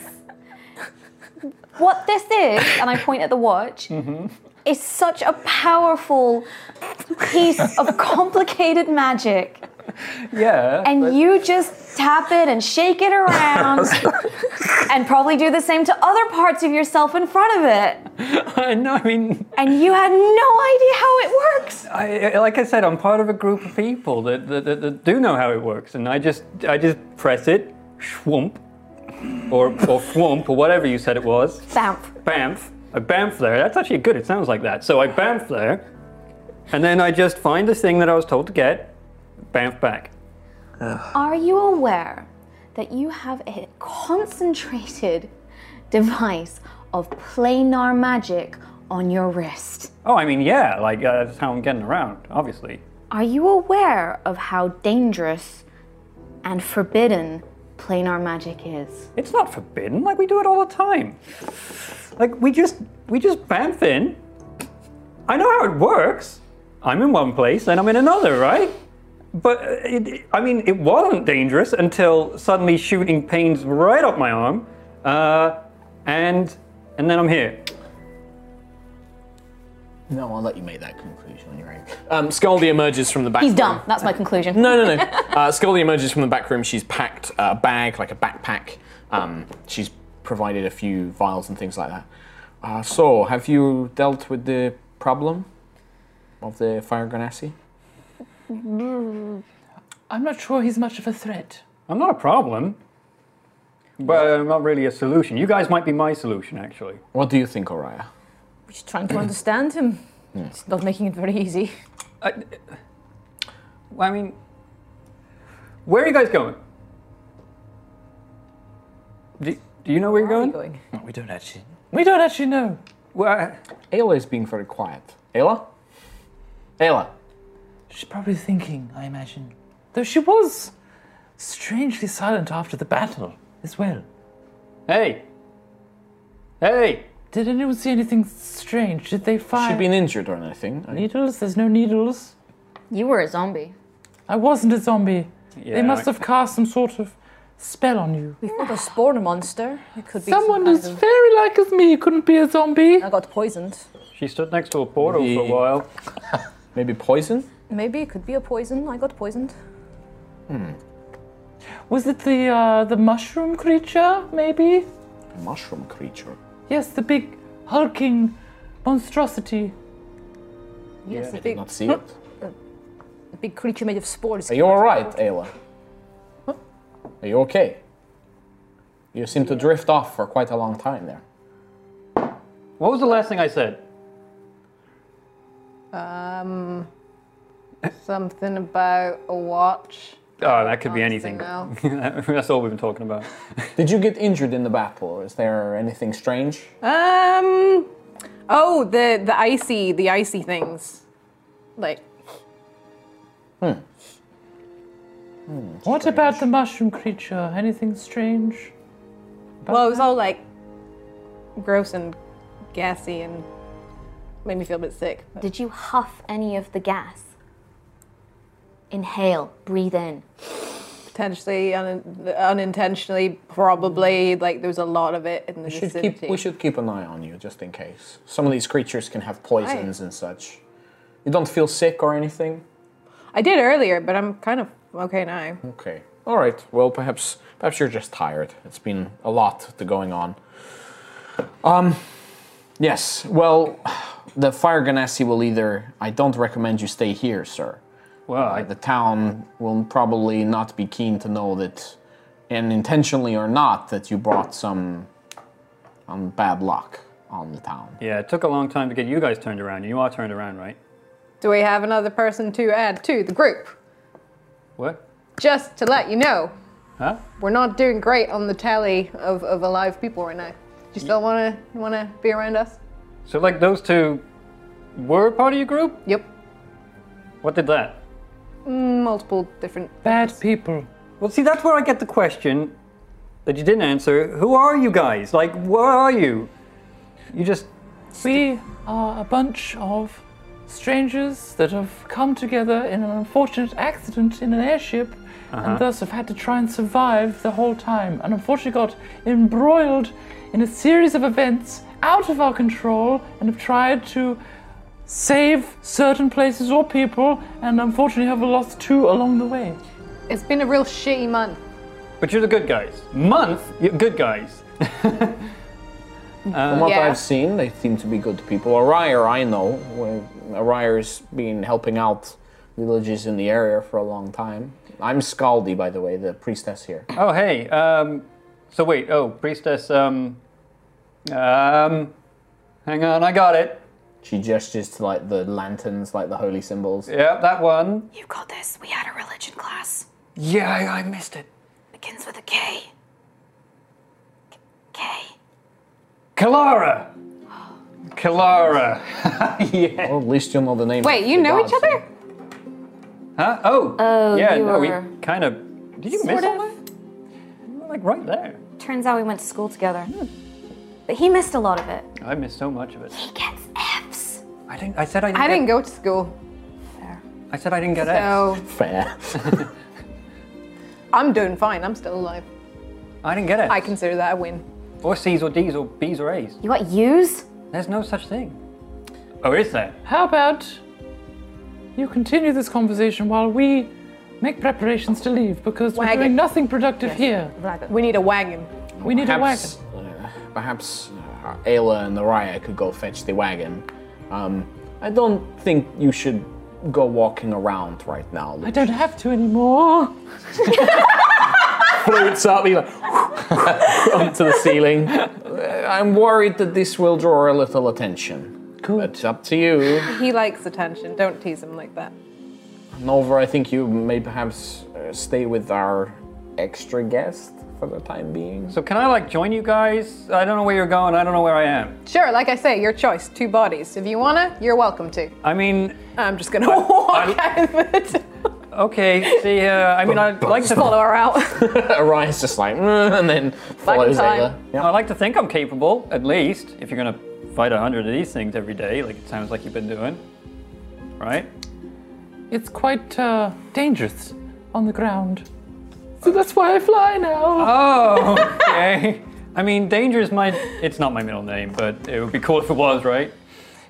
S5: What this is, and I point at the watch, is such a powerful piece of complicated magic.
S7: yeah.
S5: And you just tap it and shake it around and probably do the same to other parts of yourself in front of it.
S7: I know. I mean,
S5: And you had no idea how it works.
S7: I, I- like I said, I'm part of a group of people that, that, that, that do know how it works, and I just I just press it, schwump, or or fwump, or whatever you said it was.
S5: Bamf.
S7: Bamf. I bamf there. That's actually good. It sounds like that. So I bamf there, and then I just find the thing that I was told to get, bamf back.
S5: Are you aware that you have a concentrated device of planar magic on your wrist.
S7: Oh, I mean, yeah, like uh, that's how I'm getting around, obviously.
S5: Are you aware of how dangerous and forbidden planar magic is?
S7: It's not forbidden. Like we do it all the time. Like we just we just bam thin. I know how it works. I'm in one place and I'm in another, right? But uh, it, I mean, it wasn't dangerous until suddenly shooting pains right up my arm, uh, and and then I'm here.
S6: No, I'll let you make that conclusion on your own. Um, Scaldi emerges from the back.
S5: He's
S6: room.
S5: dumb. That's my conclusion.
S6: No, no, no. uh, Scully emerges from the back room. She's packed uh, a bag, like a backpack. Um, she's provided a few vials and things like that. Uh, so, have you dealt with the problem of the fire ganassi?
S8: I'm not sure he's much of a threat.
S7: I'm not a problem, but I'm not really a solution. You guys might be my solution, actually.
S6: What do you think, Oriah?
S11: We're just trying to understand him. It's not making it very easy.
S7: I, Uh, I mean, where are you guys going? Do, do you know where you're
S11: Where are
S7: going?
S11: you going?
S6: We don't actually.
S8: We don't actually know.
S7: Well,
S6: Ayla is being very quiet. Ayla? Ayla.
S8: She's probably thinking, I imagine. Though she was strangely silent after the battle as well.
S7: hey, hey,
S8: Did anyone see anything strange? Did they
S6: She's
S8: find
S6: been injured or anything. I-
S8: needles? There's no needles.
S5: You were a zombie.
S8: I wasn't a zombie.
S7: Yeah,
S8: they must
S7: I-
S8: have cast some sort of spell on you.
S11: We've got a spawn monster. It could be some
S8: Someone
S11: kind
S8: who's
S11: of-
S8: very like as me couldn't be a zombie.
S11: I got poisoned.
S7: she stood next to a portal for a
S6: Yeah.
S7: while.
S6: Maybe poison?
S11: Maybe it could be a poison. I got poisoned.
S8: Was it the uh, the mushroom creature? Maybe.
S6: A mushroom creature.
S8: Yes, the big hulking monstrosity.
S11: Yes, a
S6: Did
S11: big,
S6: not see it.
S11: a big creature made of spores.
S6: Are you alright, Ayla? Are you okay? You seem to drift off for quite a long time there.
S7: What was the last thing I said?
S4: Um, something about a watch.
S7: Oh, that could be
S4: Honestly,
S7: anything.
S4: no.
S7: That's all we've been talking about.
S6: Did you get injured in the battle, or is there anything strange?
S4: Um, oh, the the icy the icy things, like
S8: What about the mushroom creature? Anything strange?
S4: well, it was all like gross and gassy and made me feel a bit sick. but-
S5: Did you huff any of the gas? Inhale, breathe in.
S4: Potentially, un- unintentionally, probably. Like there was a lot of it in the
S6: We should,
S4: vicinity.
S6: keep, we should keep an eye on you just in case. Some of these creatures can have poisons and such. You don't feel sick or anything?
S4: I did earlier, but I'm kind of okay now.
S6: Okay. All right. Well, perhaps perhaps you're just tired. It's been a lot to going on. Um. Yes. Well, the fire ganassi will either. I don't recommend you stay here, sir.
S7: Well, I,
S6: The town will probably not be keen to know that, and intentionally or not, that you brought some um, bad luck on the town.
S7: yeah, it took a long time to get you guys turned around. You are turned around, right?
S4: Do we have another person to add to the group?
S7: What?
S4: Just to let you know,
S7: Huh?
S4: we're not doing great on the tally of, of alive people right now. Do you still wanna wanna be around us?
S7: So, like, those two were part of your group?
S4: Yep.
S7: What did that?
S4: Multiple different.
S8: Bad people.
S7: Well, see, that's where I get the question that you didn't answer. Who are you guys? Like, what are you? You just.
S8: We are a bunch of strangers that have come together in an unfortunate accident in an airship and thus have had to try and survive the whole time and unfortunately got embroiled in a series of events out of our control and have tried to save certain places or people and unfortunately have lost two along the way.
S4: It's been a real shitty month.
S7: But you're the good guys. Month, you're good guys.
S6: From what
S4: Yeah.
S6: I've seen, they seem to be good people. Arire, I know. well, Arire's been helping out villages in the area for a long time. I'm Scaldi, by the way, the priestess here.
S7: oh, hey. Um, so, wait. Oh, priestess. Um, um, hang on, I got it.
S6: She gestures to like the lanterns, like the holy symbols.
S7: Yeah, that one.
S5: You got this. We had a religion class.
S7: Yeah, I, I missed it.
S5: Begins with a K. K.
S7: Kalara! Kalara. yeah.
S6: Well, at least you'll know the name.
S4: Wait,
S6: of
S4: you
S6: the
S4: know
S6: god,
S4: each
S6: so-
S4: other?
S7: Huh? Oh.
S5: Oh,
S7: yeah,
S5: you
S7: no,
S5: were-
S7: we kind of. Did you miss
S5: Sort
S7: all that? You were, Like right there.
S5: Turns out we went to school together. But he missed a lot of it.
S7: I missed so much of it.
S5: He gets F's.
S7: I didn't. I said I didn't.
S4: I
S7: get,
S4: didn't go to school,
S7: I said I didn't get
S4: so
S6: Fair.
S4: I'm doing fine. I'm still alive.
S7: Fs. I didn't get it.
S4: I consider that a win.
S7: Or C's or D's or B's or A's.
S5: You got U's?
S7: There's no such thing. Oh, is there?
S8: How about you continue this conversation while we make preparations to leave because we're
S4: Wagon.
S8: doing nothing productive here.
S4: We need a wagon.
S8: We need
S6: Perhaps, uh, perhaps uh, Ayla and the Raya could go fetch the wagon. Um, I don't think you should go walking around right now.
S8: a wagon. I don't have to anymore.
S6: floats up you like, onto the ceiling. Uh, I'm worried that this will draw a little attention. It's up to you.
S4: He likes attention. Don't tease him like that.
S6: Nova, I think you may perhaps uh, stay with our extra guest for the time being.
S7: So can I like join you guys? I don't know where you're going. I don't know where I am.
S4: Sure, like I say, your choice. Two bodies. If you wanna, you're welcome to.
S7: I mean,
S4: I'm just gonna walk out of it.
S7: okay. See, uh, I mean, I'd like to
S4: Follow her out.
S6: Orion's just like, "Mm," and then follows
S4: time.
S6: Ayla. Yeah.
S7: I like to think I'm capable, at least. If you're gonna fight a hundred of these things every day, like it sounds like you've been doing, right?
S8: It's quite uh, dangerous on the ground. So that's why I fly now.
S7: Oh, okay. I mean, danger is my. It's not my middle name, but it would be cool if it was, right?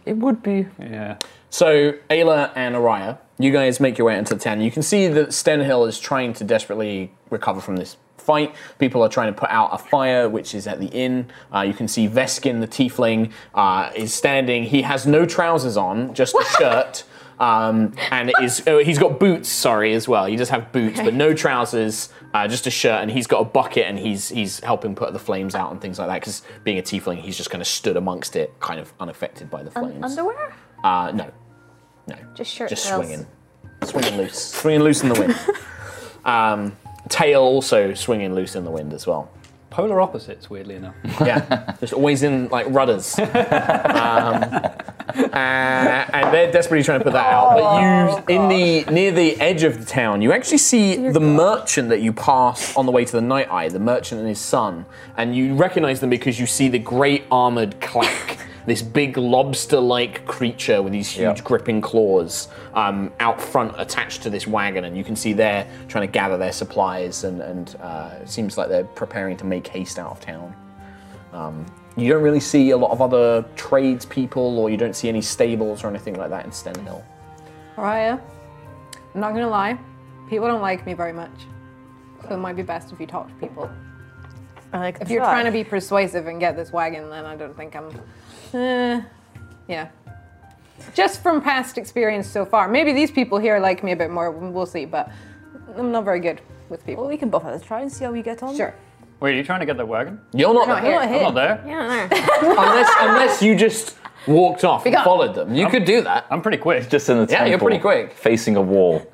S8: It would be.
S7: Yeah.
S6: So Ayla and Araya, you guys make your way into the town. You can see that Stenhill is trying to desperately recover from this fight. People are trying to put out a fire, which is at the inn. Uh, you can see Veskin, the tiefling, uh, is standing. He has no trousers on, just a shirt. Um, and is oh, he's got boots, sorry, as well. He does have boots, but no trousers, uh, just a shirt, and he's got a bucket, and he's he's helping put the flames out and things like that. Because being a tiefling, he's just kind of stood amongst it, kind of unaffected by the flames.
S5: Underwear?
S6: Uh, no, no.
S5: Just shirt
S6: Just
S5: frills.
S6: swinging, swinging loose, swinging loose in the wind. Um, tail also swinging loose in the wind as well.
S7: Polar opposites, weirdly enough.
S6: Yeah, just always in like rudders. Um, uh, and they're desperately trying to put that out. But you, in the near the edge of the town, you actually see the merchant that you passed on the way to the Night Eye, the merchant and his son, and you recognise them because you see the great armoured clack. This big lobster-like creature with these huge gripping claws um, out front, attached to this wagon, and you can see they're trying to gather their supplies, and, and uh, it seems like they're preparing to make haste out of town. You don't really see a lot of other tradespeople, or you don't see any stables or anything like that in Stenhill.
S4: Raya, I'm not gonna lie, people don't like me very much. So it might be best if you talk to people. If you're trying to be persuasive and get this wagon, then I don't think I'm. Eh, yeah. Just from past experience so far. Maybe these people here like me a bit more, we'll see, but I'm not very good with people.
S11: Well, we can both have a try and see how we get on.
S4: Sure.
S7: Wait, are you trying to get the wagon?
S6: You're not,
S4: not
S6: there.
S4: here.
S7: I'm not there.
S6: unless unless you just walked off and
S4: got-
S6: followed them. You could do that.
S7: I'm pretty quick.
S2: Just in the
S6: Yeah, you're
S2: temple,
S6: pretty quick.
S2: Facing a wall.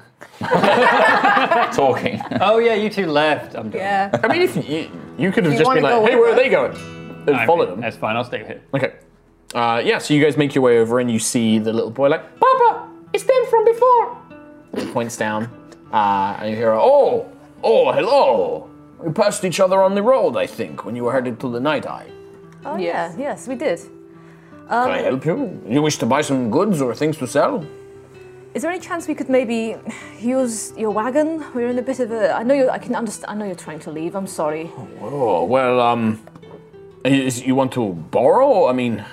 S2: Talking.
S7: Oh yeah, you two left. I'm done.
S4: Yeah.
S6: I mean, if you you could have
S4: You
S6: just
S4: wanna
S6: been like,
S4: go
S6: "Hey,
S4: with
S6: where are
S4: us?"
S6: they going?" and
S7: I
S6: followed
S7: mean,
S6: them.
S7: That's fine. I'll stay here.
S6: Okay. Uh, yeah, so you guys make your way over and you see the little boy like, "Papa, it's them from before." He points down, uh, and you hear, "Oh, oh, hello." We passed each other on the road, I think, when you were headed to the Night Eye.
S11: Oh,
S4: Yes.
S11: yeah. Yes, we did.
S6: Can I help you? You wish to buy some goods or things to sell?
S11: Is there any chance we could maybe use your wagon? We're in a bit of a. I know you. I can understand. I know you're trying to leave. I'm sorry.
S6: Oh, well, um, is, you want to borrow? I mean,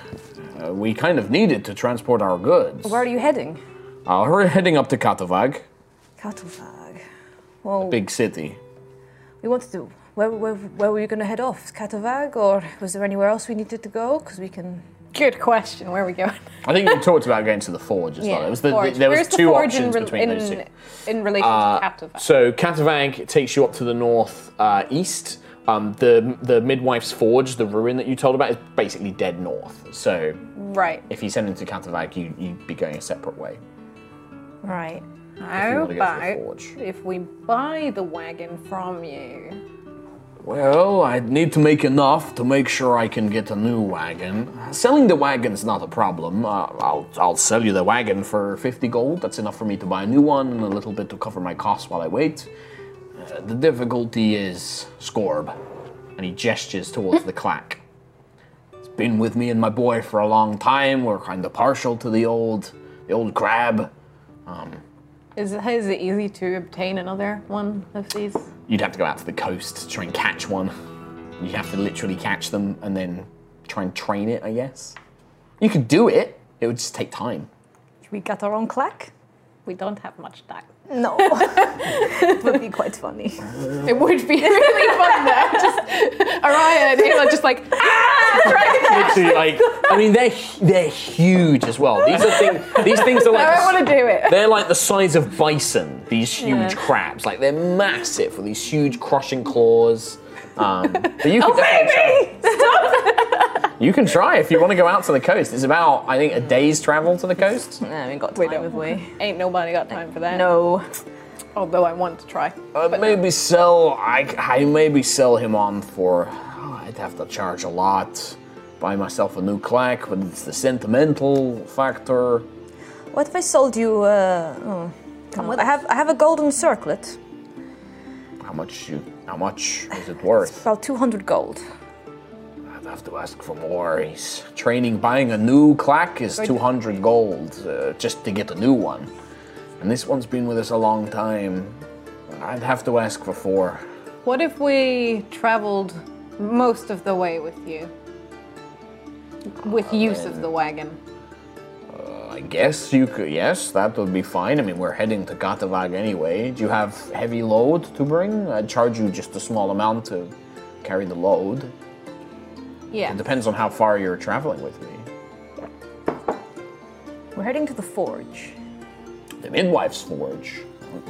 S6: uh, we kind of need it to transport our goods.
S11: Where are you heading?
S6: Uh, we're heading up to Katavag,
S11: Cattlefag. Well,
S6: big city.
S11: we wanted to. Where, where, where were you going to head off? Catavag, or was there anywhere else we needed to go? Because we can.
S4: Good question. Where are we going?
S6: I think you talked about going to the forge as well. It was the,
S4: Forge.
S6: there was
S4: Where's the
S6: two
S4: forge in
S6: options
S4: re-
S6: between those two. Uh,
S4: in, in relation to Captiva.
S6: So Katavag takes you up to the north uh, east. Um, the the midwife's forge, the ruin that you told about, is basically dead north. So
S4: right.
S6: if you send him to Katavag, you you'd be going a separate way.
S11: Right.
S4: How
S6: wanna go to the
S4: about
S6: forge.
S4: if we buy the wagon from you
S6: Well, I'd need to make enough to make sure I can get a new wagon. Selling the wagon's not a problem. Uh, I'll, I'll sell you the wagon for 50 gold. That's enough for me to buy a new one and a little bit to cover my costs while I wait. Uh, the difficulty is Scorb. And he gestures towards the clack. It's been with me and my boy for a long time. We're kind of partial to the old, the old crab.
S4: Is, is it easy to obtain another one of these?
S6: You'd have to go out to the coast to try and catch one. You have to literally catch them and then try and train it, I guess. You could do it, it would just take time.
S11: We got our own clack?
S4: We don't have much time.
S11: No. it would be quite funny.
S4: It would be really fun though. Just Araya and him are just like ah, trying to catch.
S2: Literally, like,
S6: I mean, they're hu- they're huge as well. These are things. These things are
S4: I
S6: like
S4: don't want to do it.
S6: they're like the size of bison. These huge crabs, like they're massive with these huge crushing claws. Um, but you can oh, baby! You can try if you want to go out to the coast. It's about I think a day's travel to the coast.
S11: Nah, we got time,
S4: don't.
S11: have we?
S4: Ain't nobody got time for that.
S11: No.
S4: Although I want to try.
S6: Uh, maybe sell. I, I maybe sell him on for. oh, I'd have to charge a lot. Buy myself a new clack, but it's the sentimental factor.
S11: What if I sold you? Uh, oh,
S4: Come
S11: I have I have a golden circlet.
S6: How much? You, how much is it worth?
S11: About two hundred gold.
S6: I'd have to ask for more. He's training. Buying a new clack is two hundred gold uh, just to get a new one, and this one's been with us a long time. I'd have to ask for four.
S4: What if we traveled most of the way with you? With
S11: Oh,
S4: use of the wagon.
S6: I guess you could. Yes, that would be fine. I mean, we're heading to Katavag anyway. Do you have heavy load to bring? I'd charge you just a small amount to carry the load.
S4: Yeah.
S6: It depends on how far you're traveling with me.
S11: We're heading to the forge.
S6: The midwife's forge.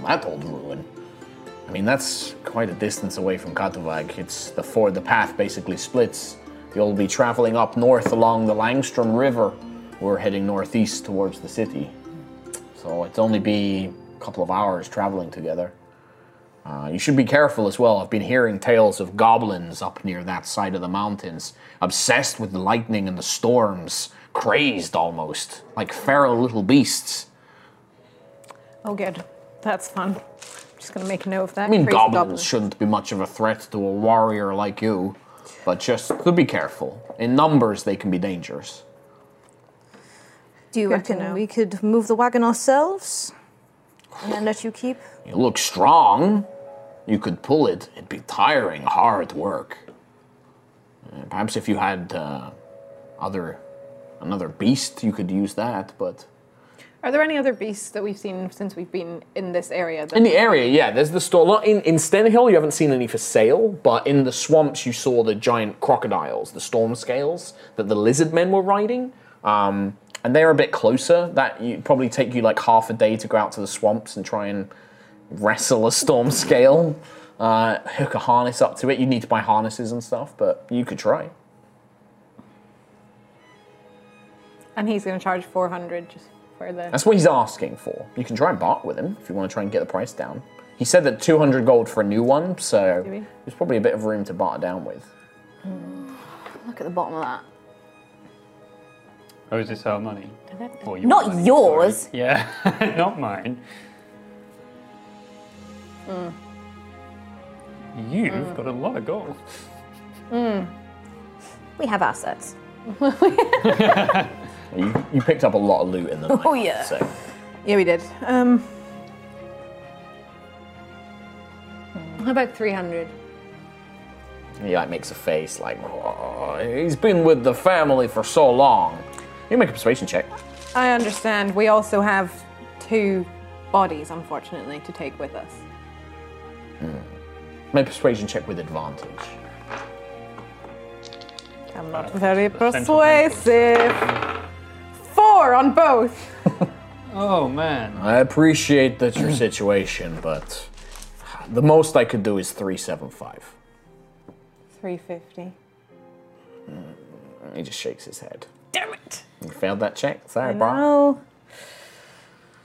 S6: That old ruin. I mean, that's quite a distance away from Katavag. It's the for the path basically splits. You'll be traveling up north along the Langstrom River. We're heading northeast towards the city. So it's only be a couple of hours traveling together. Uh, you should be careful as well. I've been hearing tales of goblins up near that side of the mountains, obsessed with the lightning and the storms, crazed almost, like feral little beasts.
S4: Oh, good. That's fun. Just gonna make a note of that.
S6: I mean, goblins, shouldn't be much of a threat to a warrior like you, but just to be careful. In numbers, they can be dangerous.
S11: Do you
S4: Good to
S11: reckon
S4: know.
S11: we could move the wagon ourselves? And then let you keep?
S6: You look strong. You could pull it. It'd be tiring, hard work. Uh, Perhaps if you had uh, other, another beast, you could use that. But
S4: Are there any other beasts that we've seen since we've been in this area? That
S6: in the area, yeah, there's the store. Not in in Stenhill, you haven't seen any for sale. But in the swamps, you saw the giant crocodiles, the storm scales that the lizard men were riding. Um, and they're a bit closer. That you probably take you like half a day to go out to the swamps and try and wrestle a storm scale, uh, hook a harness up to it. You need to buy harnesses and stuff, but you could try.
S4: and he's gonna charge 400 just for the.
S6: That's what he's asking for. You can try and barter with him if you want to try and get the price down. He said that 200 gold for a new one, so
S4: Maybe.
S6: there's probably a bit of room to barter down with.
S5: Look at the bottom of that.
S1: Oh, is this our money? Or your
S5: Not
S1: money,
S5: yours.
S1: sorry. Yeah, not mine.
S4: Hmm.
S1: You've got a lot of gold.
S5: We have assets.
S6: You, you picked up a lot of loot in the night.
S5: Oh, yeah.
S6: So
S4: Yeah, we did. Um, how about 300?
S6: he like makes a face like, "Oh, he's been with the family for so long. You make a persuasion check.
S4: I understand. We also have two bodies, unfortunately, to take with us.
S6: Make a persuasion check with advantage.
S4: I'm not very
S1: sentimental.
S4: persuasive. Four on both.
S1: Oh man.
S6: I appreciate that your situation, but the most I could do is 375.
S4: 350.
S6: He just shakes his head.
S4: Damn it.
S6: You failed that check. Sorry, bro.
S4: No.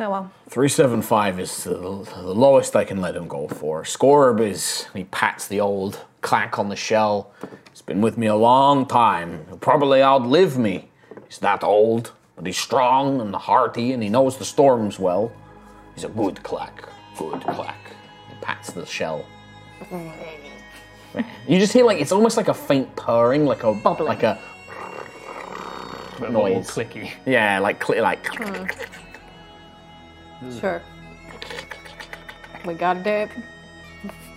S4: Oh well.
S6: 375 is the, the lowest I can let him go for. Scorb is, he pats the old clack on the shell. He's been with me a long time. He'll probably outlive me. He's that old, but he's strong and hearty and he knows the storms well. He's a good clack. Good clack. He pats the shell. You just hear like, it's almost like a faint purring, like a,
S5: Bubbling.
S6: like a,
S7: All
S6: noise.
S7: clicky.
S6: yeah, like, cl- like,
S4: Sure. We gotta do it.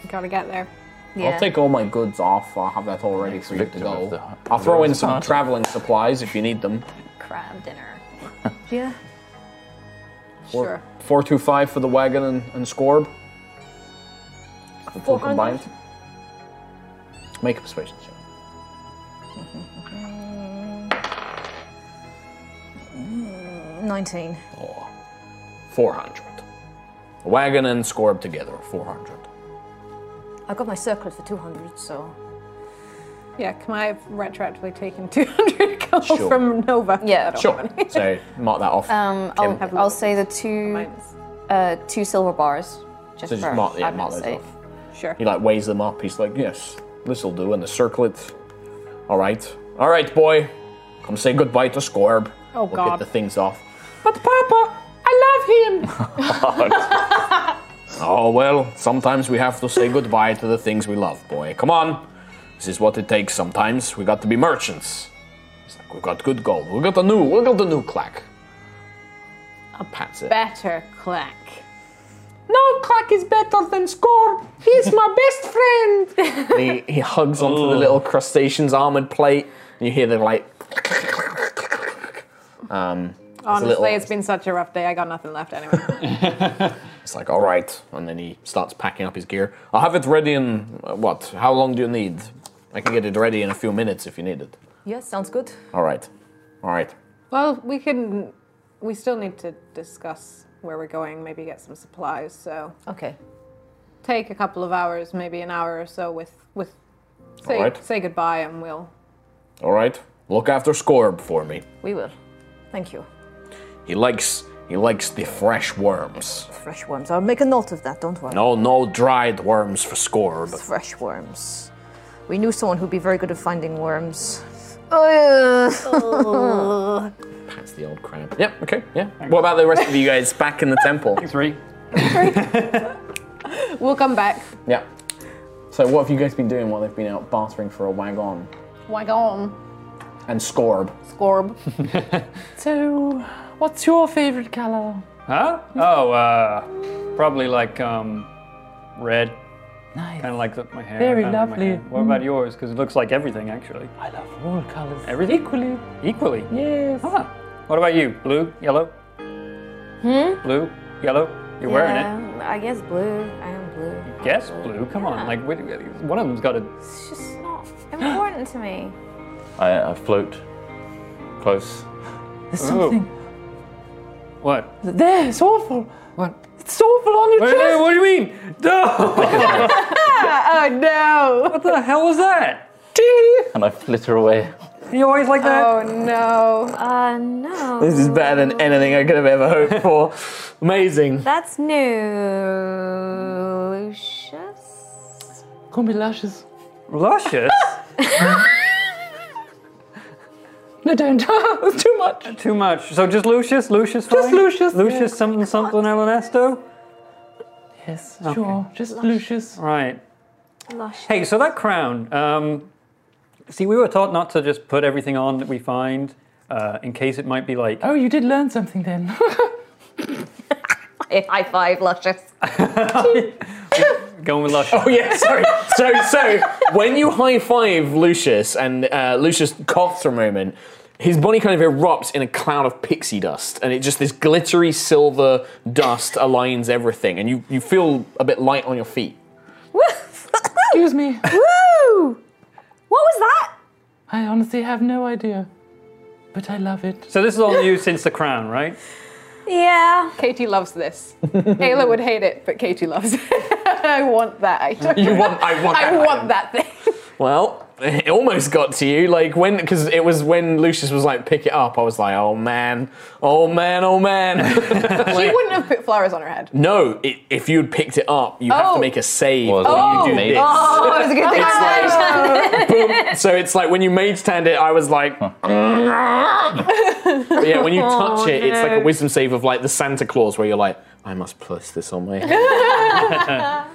S4: We gotta get there.
S5: Yeah.
S6: I'll take all my goods off. I'll have that all ready for you to
S2: victim
S6: go.
S2: of the-
S6: I'll throw in some
S2: Hunt.
S6: traveling supplies if you need them.
S5: crab dinner.
S12: Yeah.
S6: Four-
S4: Sure.
S6: 425 for the wagon and, and Scorb. The two
S12: 400?
S6: combined. Make a persuasion check.
S12: Nineteen.
S6: Or 400. The wagon and Scorb together, 400.
S12: I got my circlet for two hundred, so
S4: Yeah, can I have retroactively taken 200 gold
S6: Sure.
S4: from Nova?
S5: Yeah.
S4: I don't
S6: Sure.
S4: want it.
S6: so mark that off.
S5: Um, I'll,
S4: Have a
S5: I'll
S4: look.
S5: say the two
S4: Minus.
S5: uh, two silver bars. Just
S6: so just
S5: for
S6: mark, yeah,
S5: admin's
S6: mark those
S5: sake.
S6: off.
S4: Sure.
S6: He like weighs them up. He's like, yes, this'll do. And the circlet. All right, all right, boy. Come say goodbye to Scorb.
S4: Oh,
S6: we'll
S4: God.
S6: Get the things off.
S8: But Papa, I love him.
S6: Oh well, sometimes we have to say goodbye to the things we love, boy. Come on. This is what it takes. Sometimes we got to be merchants. It's like we got good gold. We got a new. We got a new clack. I'll pass it.
S4: Better clack.
S8: No, Clack is better than Scorb. He's my best friend.
S6: he, he hugs onto the little crustacean's armored plate, and you hear the like. Um, it's a
S4: Honestly,
S6: little-
S4: it's been such a rough day. I got nothing left anyway.
S6: It's like, all right. And then he starts packing up his gear. I'll have it ready in, uh, what? How long do you need? I can get it ready in a few minutes if you need it.
S12: yeah, sounds good.
S6: All right. All right.
S4: well, we can. We still need to discuss where we're going, maybe get some supplies. So
S12: Okay.
S4: take a couple of hours, maybe an hour or so with. with say,
S6: Alright.
S4: say goodbye and we'll.
S6: All right. Look after Scorb for me.
S12: We will. Thank you.
S6: He likes he likes the fresh worms.
S12: Fresh worms. I'll make a note of that, don't worry.
S6: No, no dried worms for Scorb.
S12: Fresh worms. We knew someone who'd be very good at finding worms. Oh,
S6: That's the old crab. Yep. Okay. Yeah. What about the rest of you guys back in the temple?
S7: Three.
S4: We'll come back.
S6: Yeah. So what have you guys been doing while they've been out bartering for a wagon
S4: Wagon.
S6: and Scorb?
S4: Scorb.
S8: So, what's your favorite color?
S7: Huh? Oh, uh, probably like um, red.
S8: Nice.
S7: Kind of like the, my hair.
S8: Very
S7: kind of my
S8: lovely. Mm.
S7: hair. What about yours? Because it looks like everything actually,
S8: I love all colors.
S7: Everything?
S8: Equally.
S7: equally.
S8: Yes.
S7: Ah. What about you? Blue, yellow. Hmm. Blue, yellow. You're wearing it.
S5: Yeah, I guess blue. I am blue.
S7: Guess blue. Come on, like wait- wait, one of them's got to.
S5: It's just not important to me.
S2: I, I float close.
S8: There's something.
S7: What?
S8: There, it's awful.
S7: What?
S8: It's awful on your
S7: Wait,
S8: chest.
S7: wait, what do you mean? No.
S4: oh no!
S7: what the hell was that?
S2: And I flitter away.
S7: You always like that?
S8: Uh,
S4: Oh no!
S5: Uh, no.
S6: This is better than anything I could have ever hoped for. Amazing.
S5: That's new, Lucius.
S8: Call me lashes.
S7: Luscious.
S8: No, don't. it's too much.
S7: Too much. So just Lucius. Lucius.
S8: Just
S7: fine?
S8: Lucius,
S7: Lucius.
S8: yeah.
S7: Something. Something. Elenesto.
S8: Yes, Oh. sure. Just Lucius.
S7: Right.
S5: Lush.
S7: Hey, so that crown. Um, see, we were taught not to just put everything on that we find, uh, in case it might be like.
S8: Oh, you did learn something then.
S5: High five, Luscious.
S7: Going with Luscious.
S6: Oh yeah, sorry. so so when you high five Lucius and uh, Lucius coughs for a moment, his body kind of erupts in a cloud of pixie dust, and it just this glittery silver dust aligns everything, and you you feel a bit light on your feet.
S8: Excuse me.
S5: Woo! What was that?
S8: I honestly have no idea. But I love it.
S7: So this is all new since the crown, right?
S5: Yeah.
S4: Katie loves this. Ayla would hate it, but Katie loves it. I want that item.
S6: You want I want.
S4: I
S6: that
S4: want
S6: item.
S4: that thing.
S6: Well, it almost got to you, like when, because it was when Lucius was like, pick it up. I was like, oh man, oh man, oh man.
S4: She wouldn't have put flowers on her head.
S6: no, it, if you'd picked it up, you have
S4: Oh.
S6: to make a save.
S13: Well,
S6: when
S13: you
S6: you do
S13: made
S6: this.
S13: it.
S4: Oh, I was gonna
S6: It's
S4: say
S6: Boom. So it's like when you mage hand it, I was like, But yeah. When you
S4: Oh,
S6: touch it, it's like a wisdom save of like the Santa Claus, where you're like, I must plus this on my head.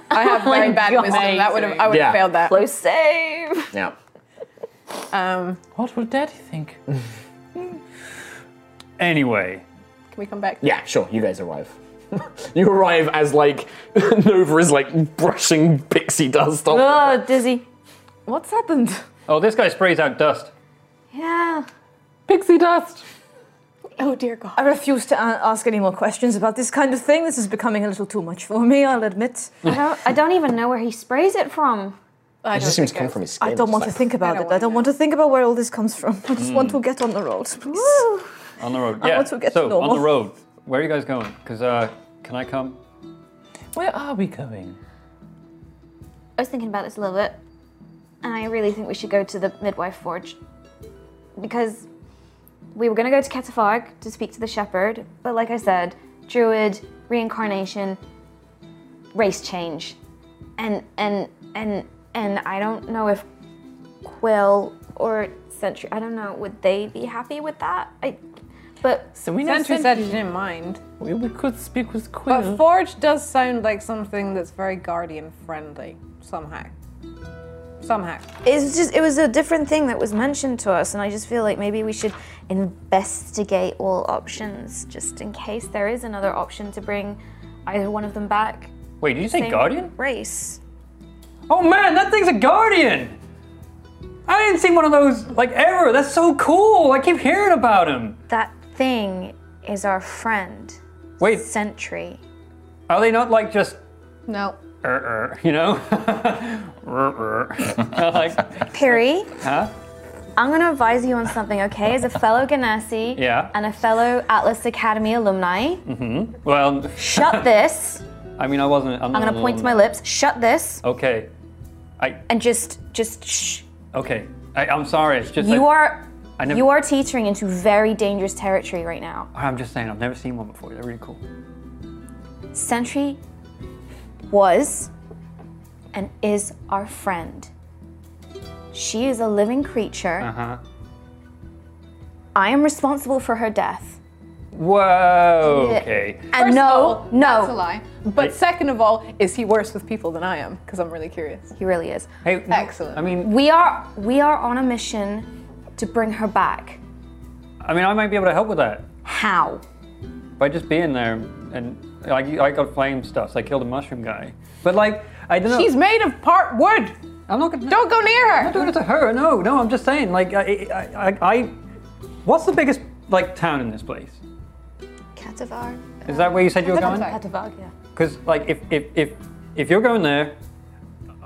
S4: I have
S12: Oh
S4: very bad
S5: God.
S4: wisdom. That would have I would
S6: Yeah.
S4: have failed that.
S5: Blow save.
S6: yeah.
S4: Um,
S8: What will Daddy think?
S7: Anyway,
S4: can we come back?
S6: Yeah. Sure. You guys arrive. you arrive as like Nova is like brushing pixie dust off.
S14: Oh, dizzy. What's happened?
S7: oh, this guy sprays out dust.
S5: Yeah.
S8: Pixie dust.
S4: Oh dear God.
S14: I refuse to a- ask any more questions about this kind of thing. This is becoming a little too much for me, I'll admit.
S5: I don't, I don't even know where he sprays it from.
S6: It just seems to come from his skin.
S14: I don't want to
S6: It's
S14: think about
S4: don't
S14: it. I
S4: wanna
S14: don't want to think about where all this comes from. I just want to
S4: Mm.
S14: get on the road, please.
S7: On the road.
S14: I
S8: Oh,
S7: yeah.
S14: want to get
S7: so,
S14: to normal.
S7: on the road. Where are you guys going? Because, uh, can I come?
S8: Where are we going?
S5: I was thinking about this a little bit, and I really think we should go to the Midwife Forge. Because we were going to go to Catafalque to speak to the shepherd, but like I said, druid, reincarnation, race change. And, and, and, and I don't know if Quill or Sentry, I don't know, would they be happy with that? I, but
S8: So we know
S4: Sentry said she didn't mind,
S8: we, we could speak with Quill.
S4: but Forge does sound like something that's very guardian friendly somehow. Somehow.
S5: it's just it was a different thing that was mentioned to us and i just feel like maybe we should investigate all options just in case there is another option to bring either one of them back
S7: Wait, did you say
S5: Same
S7: Guardian?
S5: race
S7: Oh man, that thing's a Guardian! I didn't see one of those, like, ever. That's so cool. I keep hearing about him.
S5: that thing is our friend
S7: Wait,
S5: sentry
S7: are they not, like, just,
S4: No.
S7: er, you know? er, er. like,
S5: perry
S7: huh?
S5: i'm going to advise you on something okay as a fellow ganassi
S7: Yeah.
S5: and a fellow atlas academy alumni
S7: Well,
S5: shut this
S7: I mean, I wasn't. I'm,
S5: i'm going to point to my lips shut this
S7: Okay,
S5: and just just shh
S7: okay. I, I'm sorry. It's just.
S5: you
S7: I,
S5: are
S7: I never,
S5: you are teetering into very dangerous territory right now
S7: I'm just saying, I've never seen one before. They're really cool.
S5: Sentry was and is our friend. She is a living creature.
S6: Ah.
S7: Uh-huh.
S5: I am responsible for her death.
S7: Whoa. Okay.
S5: And
S4: First
S5: no,
S4: of all, That's a
S5: no,
S4: lie. But second of all, is he worse with people than I am? Because I'm really curious.
S5: he really is.
S7: Hey.
S4: Excellent.
S7: I mean,
S5: We are we are on a mission to bring her back.
S7: I mean, I might be able to help with that
S5: How?
S7: by just being there and like I got flame stuff. So I killed a mushroom guy. But like, I don't know.
S4: She's made of part wood.
S7: I'm not gonna.
S4: Don't go near
S7: I'm not
S4: her.
S7: doing it to her. No, no. I'm just saying. Like, I, I, I, I what's the biggest like town in this place?
S5: Catavar.
S7: Is that where you said you were going?
S4: Catavag.
S7: Because like if, if if if you're going there,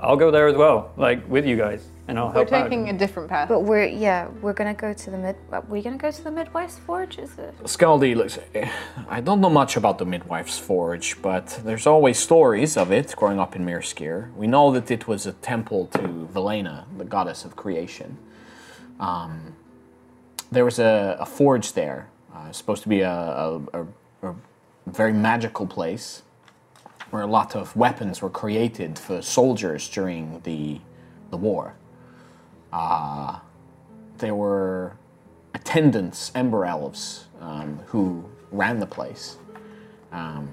S7: I'll go there as well. Like with you guys, and I'll
S4: We're
S7: help out.
S4: taking a different path.
S5: But we're yeah, we're gonna go to the mid. We're gonna go to the Midwest Forge. Is it?
S6: Scaldi looks. "Eh, I don't know much about the Midwife's Forge, but there's always stories of it growing up in Mirskir. We know that it was a temple to Velena, the goddess of creation. Um, there was a, a forge there, uh, it's supposed to be a, a, a, a very magical place where a lot of weapons were created for soldiers during the, the war. Uh, there were attendants, Ember Elves, um, who ran the place um,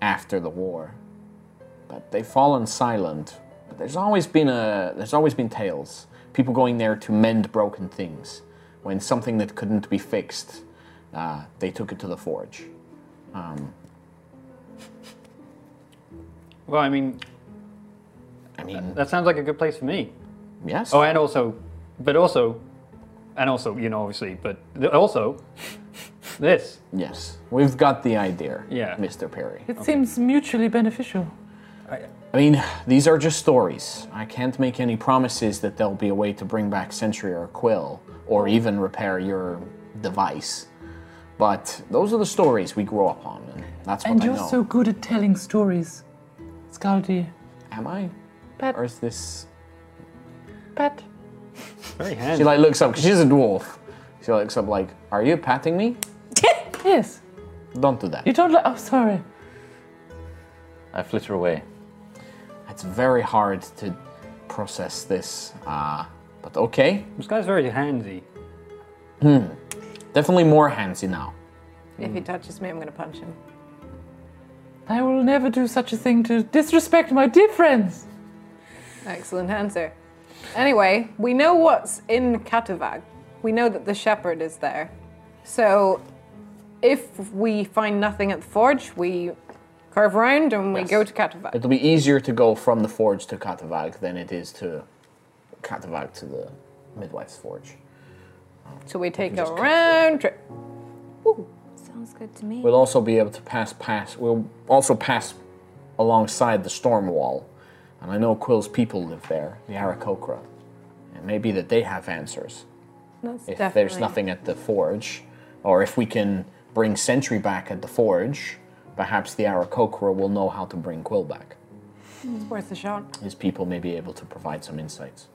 S6: after the war. But they've fallen silent. But there's always been a there's always been tales. People going there to mend broken things. When something that couldn't be fixed, uh, they took it to the forge. Um,
S7: Well, I mean,
S6: I mean,
S7: that sounds like a good place for me.
S6: yes.
S7: Oh, and also, but also, and also, you know, obviously, but th- also, this.
S6: yes. We've got the idea,
S7: Yeah.
S6: Mr. Perry.
S8: it seems mutually beneficial.
S6: I mean, these are just stories. I can't make any promises that there'll be a way to bring back Sentry or Quill, or even repair your device. But those are the stories we grow up on, and that's what
S8: And
S6: I
S8: you're
S6: know.
S8: so good at telling stories, Scaldi.
S6: Am I?
S8: Pat,
S6: Or is this?
S8: Pat,
S7: Very handy.
S6: She like looks up because she's a dwarf. She looks up like, "Are you patting me?
S8: Yes.
S6: Don't do that."
S8: You don't like. Oh, sorry.
S2: I flitter away.
S6: It's very hard to process this, uh, but okay.
S7: this guy's very handy.
S6: Definitely more handsy now.
S4: If he touches me, I'm gonna punch him.
S8: I will never do such a thing to disrespect my dear friends.
S4: Excellent answer. Anyway, we know what's in Katavag. We know that the shepherd is there. So, if we find nothing at the forge, we curve around and we
S6: Yes.
S4: go to Katavag.
S6: It'll be easier to go from the forge to Katavag than it is to Katavag to the midwife's forge.
S4: So we take a
S6: just cut
S4: round trip.
S5: Sounds good to me.
S6: We'll also be able to pass pass. We'll also pass alongside the storm wall, and I know Quill's people live there, the Arakokra, and maybe that they have answers.
S4: That's
S6: if there's
S4: definitely-
S6: nothing at the forge, or if we can bring Sentry back at the forge, perhaps the Arakokra will know how to bring Quill back.
S4: It's worth a shot.
S6: His people may be able to provide some insights.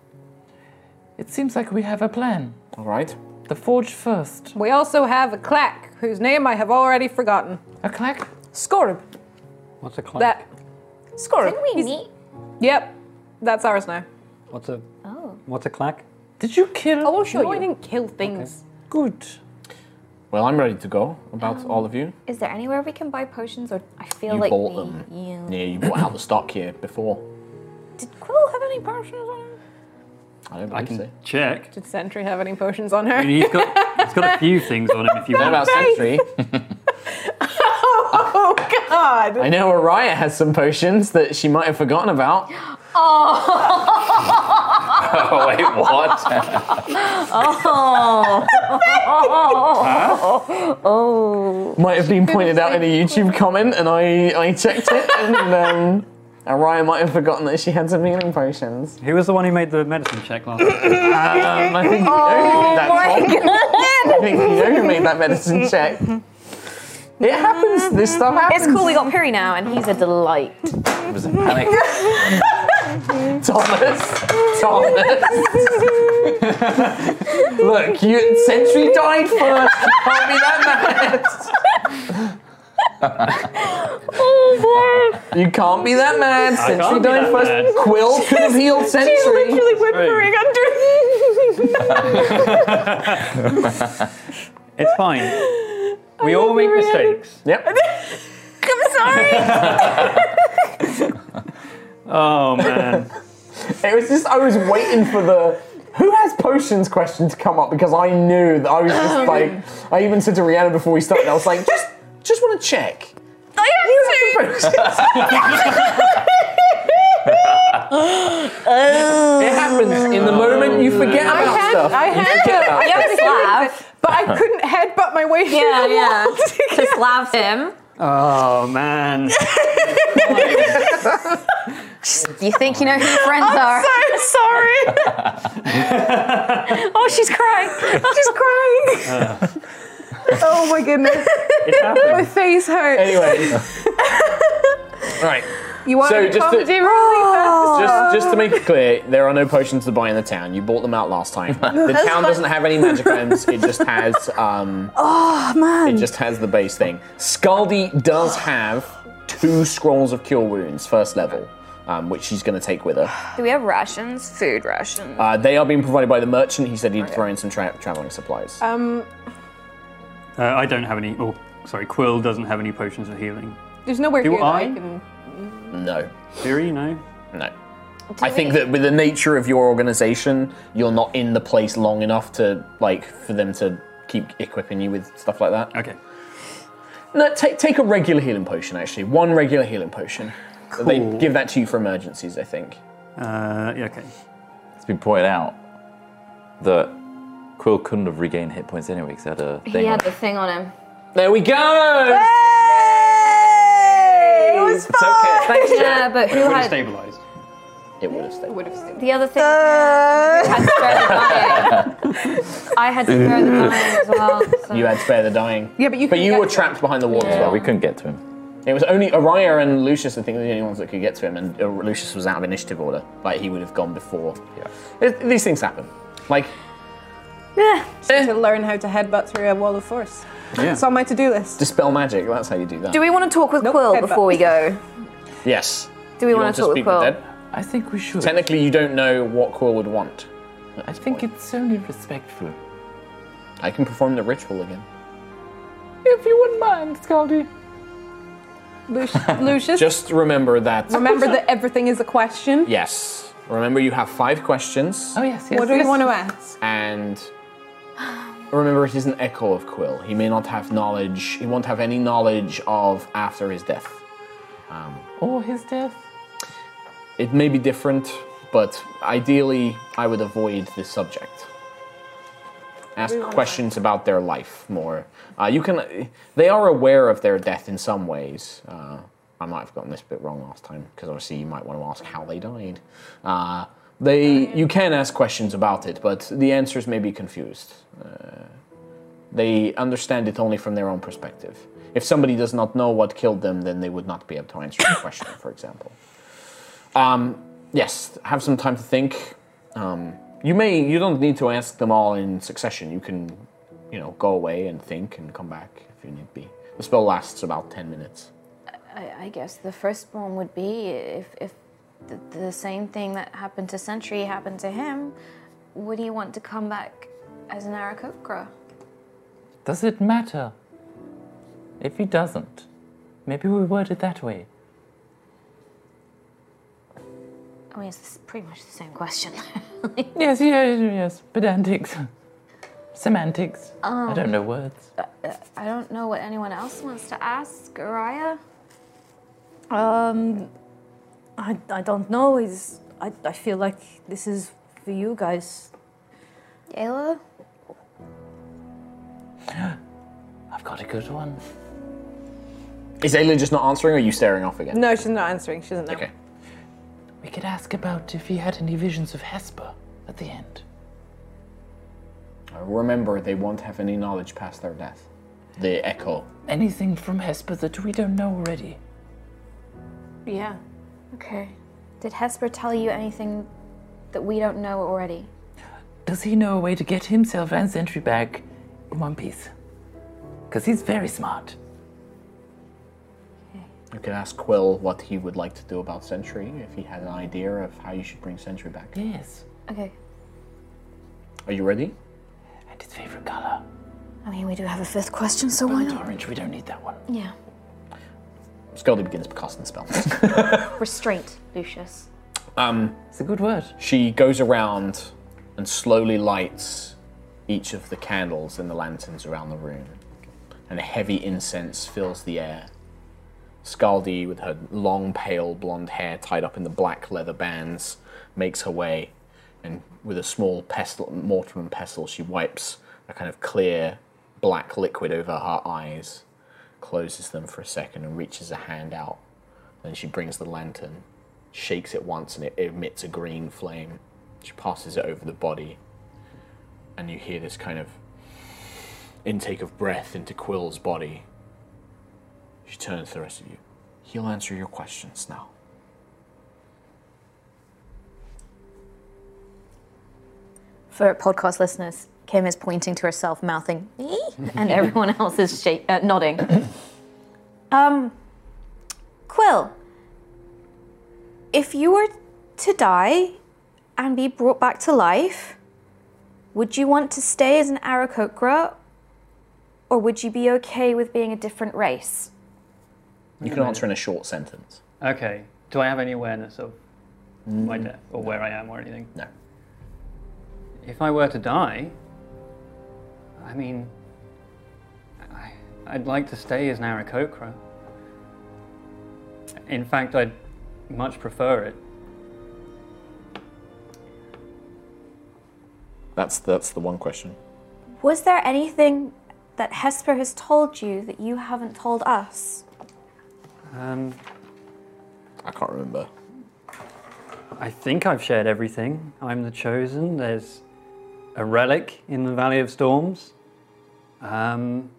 S8: It seems like we have a plan.
S6: All right.
S8: The forge first.
S4: We also have a clack whose name I have already forgotten.
S8: A clack.
S4: Scorb.
S7: What's a clock?
S4: That. Scorb.
S5: Didn't we meet?
S4: Yep. That's ours now.
S7: What's a
S5: Oh.
S7: what's a clack?
S8: Did you kill?
S4: Oh, sure. No, I didn't kill things.
S8: good.
S6: Well, I'm ready to go. About all of you.
S5: Is there anywhere we can buy potions, or I feel
S6: You
S5: like
S6: bought
S5: we,
S6: them.
S5: You.
S6: Yeah, you bought out the stock here before.
S5: Did Quill have any potions on him?
S6: I don't
S7: I
S6: believe
S7: can
S6: so.
S7: check.
S4: Did Sentry have any potions on her?
S7: I mean, he's got he's got a few things on him if you
S6: What about
S7: want.
S6: Sentry?
S4: Oh God!
S6: I know Araya has some potions that she might have forgotten about.
S2: Oh, wait, what?
S6: Might have been pointed out in a YouTube comment, and I, I checked it, and um, Araya might have forgotten that she had some healing potions.
S7: Who was the one who made the medicine check last time?
S6: Um, I think you know who made that I think you know who made that medicine check. It happens. This stuff
S5: It's
S6: happens.
S5: cool. We got Piri now, and he's a delight.
S2: I was in panic.
S6: Thomas. Thomas. Look, you Sentry died first. You can't be that
S5: Oh,
S6: mad. You can't be that mad. Sentry
S7: can't be
S6: died
S7: that
S6: first.
S7: mad.
S6: Quill could have healed Sentry.
S7: whimpering under. it's fine. We all make mistakes.
S6: Yep.
S7: Oh man.
S6: It was just I was waiting for the who has potions question to come up because I knew that I was
S4: Oh.
S6: just like I even said to Rihanna before we started I was like just just want to check. I have It happens in the moment you forget
S4: I
S6: about
S4: had,
S6: stuff.
S4: I
S6: You
S4: had,
S6: forget about
S4: I
S6: stuff.
S4: had to
S5: Yeah,
S4: do
S5: laugh.
S4: it, but I couldn't headbutt my way through
S5: Yeah,
S4: the wall
S5: yeah.
S4: to get
S5: Just laugh him.
S7: Oh man.
S5: You think you know who your friends are?
S4: I'm sorry.
S5: oh, she's crying.
S4: She's crying. oh my goodness.
S7: It
S4: My
S7: happened.
S4: face hurts.
S6: Anyway. right.
S4: you want a
S6: so just to-
S4: comedy
S5: Oh.
S4: really
S6: Just, just to make it clear, there are no potions to buy in the town. You bought them out last time. The town doesn't have any magic items. It just has. Um, oh man! It just has the base thing. Scaldi does have two scrolls of cure wounds, first level, um, which she's going to take with her.
S5: Do we have rations? Food rations.
S6: Uh, they are being provided by the merchant. He said he'd throw in some tra- traveling supplies.
S4: Um,
S7: Uh, I don't have any. Oh, sorry. Quill doesn't have any potions of healing.
S4: there's nowhere
S7: Do
S4: here that
S7: I?
S4: I can.
S6: no,
S7: Theory, no.
S6: no. I think that with the nature of your organization, you're not in the place long enough to like for them to keep equipping you with stuff like that.
S7: Okay.
S6: No, take take a regular healing potion. Actually, one regular healing potion. They
S7: Cool.
S6: give that to you for emergencies, I think.
S7: Uh, yeah, okay.
S2: It's been pointed out that Quill couldn't have regained hit points anyway because he had a thing.
S5: he
S2: on
S5: had the thing on him.
S6: There we go.
S2: It's okay. Thank you.
S5: Yeah, but who
S7: Would it
S5: had
S7: stabilize?
S6: It would have stayed.
S4: Would have stayed.
S5: the other thing? who had spare the dying. I had spare the dying as well. So.
S6: You had spare the dying.
S4: Yeah, but you
S6: But
S4: couldn't
S6: you
S4: get
S6: were
S4: to
S6: trapped behind the wall as
S5: Yeah.
S2: Yeah,
S6: well.
S2: we couldn't get to him.
S6: It was only Araya and Lucius. I think were the only ones that could get to him, and uh, Lucius was out of initiative order. Like he would have gone before.
S2: Yeah.
S6: It- these things happen. Like,
S4: Just to learn how to headbutt through a wall of force.
S6: yeah.
S4: It's on my to-do list.
S6: dispel magic. That's how you do that.
S5: Do we want to talk with
S4: Nope,
S5: Quill
S4: headbutt.
S5: before we go?
S6: yes.
S5: Do we
S6: You
S5: want to talk with
S6: speak with
S5: Quill?
S6: Dead?
S8: I think we should.
S6: Technically, you don't know what Quill would want.
S8: I think it's only respectful.
S6: I can perform the ritual again.
S8: If you wouldn't mind, Scaldy.
S4: Lucius, Lucius
S6: Just remember that.
S4: remember that everything is a question.
S6: Yes. Remember, you have five questions,
S8: Oh, yes, yes.
S4: What do
S8: yes.
S4: we want to ask?
S6: and remember, it is an echo of Quill. He may not have knowledge. He won't have any knowledge of after his death. Um,
S8: Or his death.
S6: it may be different, but ideally, I would avoid this subject. Ask questions about their life more. Uh, you can. They are aware of their death in some ways. Uh, I might have gotten this bit wrong last time because obviously you might want to ask how they died. Uh, they. You can ask questions about it, but the answers may be confused. Uh, They understand it only from their own perspective. If somebody does not know what killed them, then they would not be able to answer the question, for example. Um, yes, have some time to think. Um, you may, you don't need to ask them all in succession. You can, you know, go away and think and come back if you need be. The spell lasts about ten minutes.
S5: I, I guess the first one would be if, if the, the same thing that happened to Sentry happened to him, would he want to come back as an Arakokra?
S8: Does it matter? If he doesn't, maybe we word it that way.
S5: I mean, it's this- pretty much the same question.
S8: Yes, yes, yes. Pedantics. Semantics. I
S5: Um.
S8: don't know words.
S5: Uh, I don't know what anyone else wants to ask, Araya.
S11: Um, I, I don't know. Is I, I feel like this is for you guys.
S5: Ayla?
S8: I've got a good one.
S6: Is Ayla just not answering, or are you staring off again?
S4: No, she's not answering. She doesn't know.
S6: Okay.
S8: We could ask about if he had any visions of Hesper at the end.
S6: Uh, Remember, they won't have any knowledge past their death. The echo.
S8: Anything from Hesper that we don't know already.
S4: Yeah.
S5: Okay. Did Hesper tell you anything that we don't know already?
S8: Does he know a way to get himself and Sentry back in one piece? Because he's very smart.
S6: You could ask Quill what he would like to do about Sentry if he had an idea of how you should bring Sentry back.
S8: Yes.
S5: Okay.
S6: Are you ready?
S8: And his favorite color.
S5: I mean, we do have a fifth question, so why
S8: Burnt
S5: not?
S8: orange, we don't need that one.
S5: Um, Yeah.
S6: Scaldy begins casting spells.
S5: Restraint, Lucius.
S6: um,
S8: It's a good word.
S6: she goes around and slowly lights each of the candles and the lanterns around the room, and a heavy incense fills the air. Scaldi, with her long, pale blonde hair tied up in the black leather bands, makes her way, and with a small pestle, mortar and pestle, she wipes a kind of clear black liquid over her eyes, closes them for a second, and reaches a hand out. Then she brings the lantern shakes it once and it emits a green flame. She passes it over the body, and you hear this kind of intake of breath into Quill's body. She turns to the rest of you. He'll answer your questions now.
S5: For podcast listeners, Kim is pointing to herself, mouthing, "Ee," and everyone else is shake, uh, nodding. um, Quill, if you were to die and be brought back to life, would you want to stay as an Arakokra, or would you be okay with being a different race?
S6: You can answer in a short sentence.
S1: Okay. Do I have any awareness of my death or where I am or anything?
S6: No.
S1: If I were to die, I mean, I, I'd like to stay as an Arakokra. In fact, I'd much prefer it.
S6: That's that's the one question.
S5: Was there anything that Hesper has told you that you haven't told us?
S1: Um,
S6: I can't remember.
S1: I think I've shared everything. I'm the chosen. There's a relic in the Valley of Storms. Um,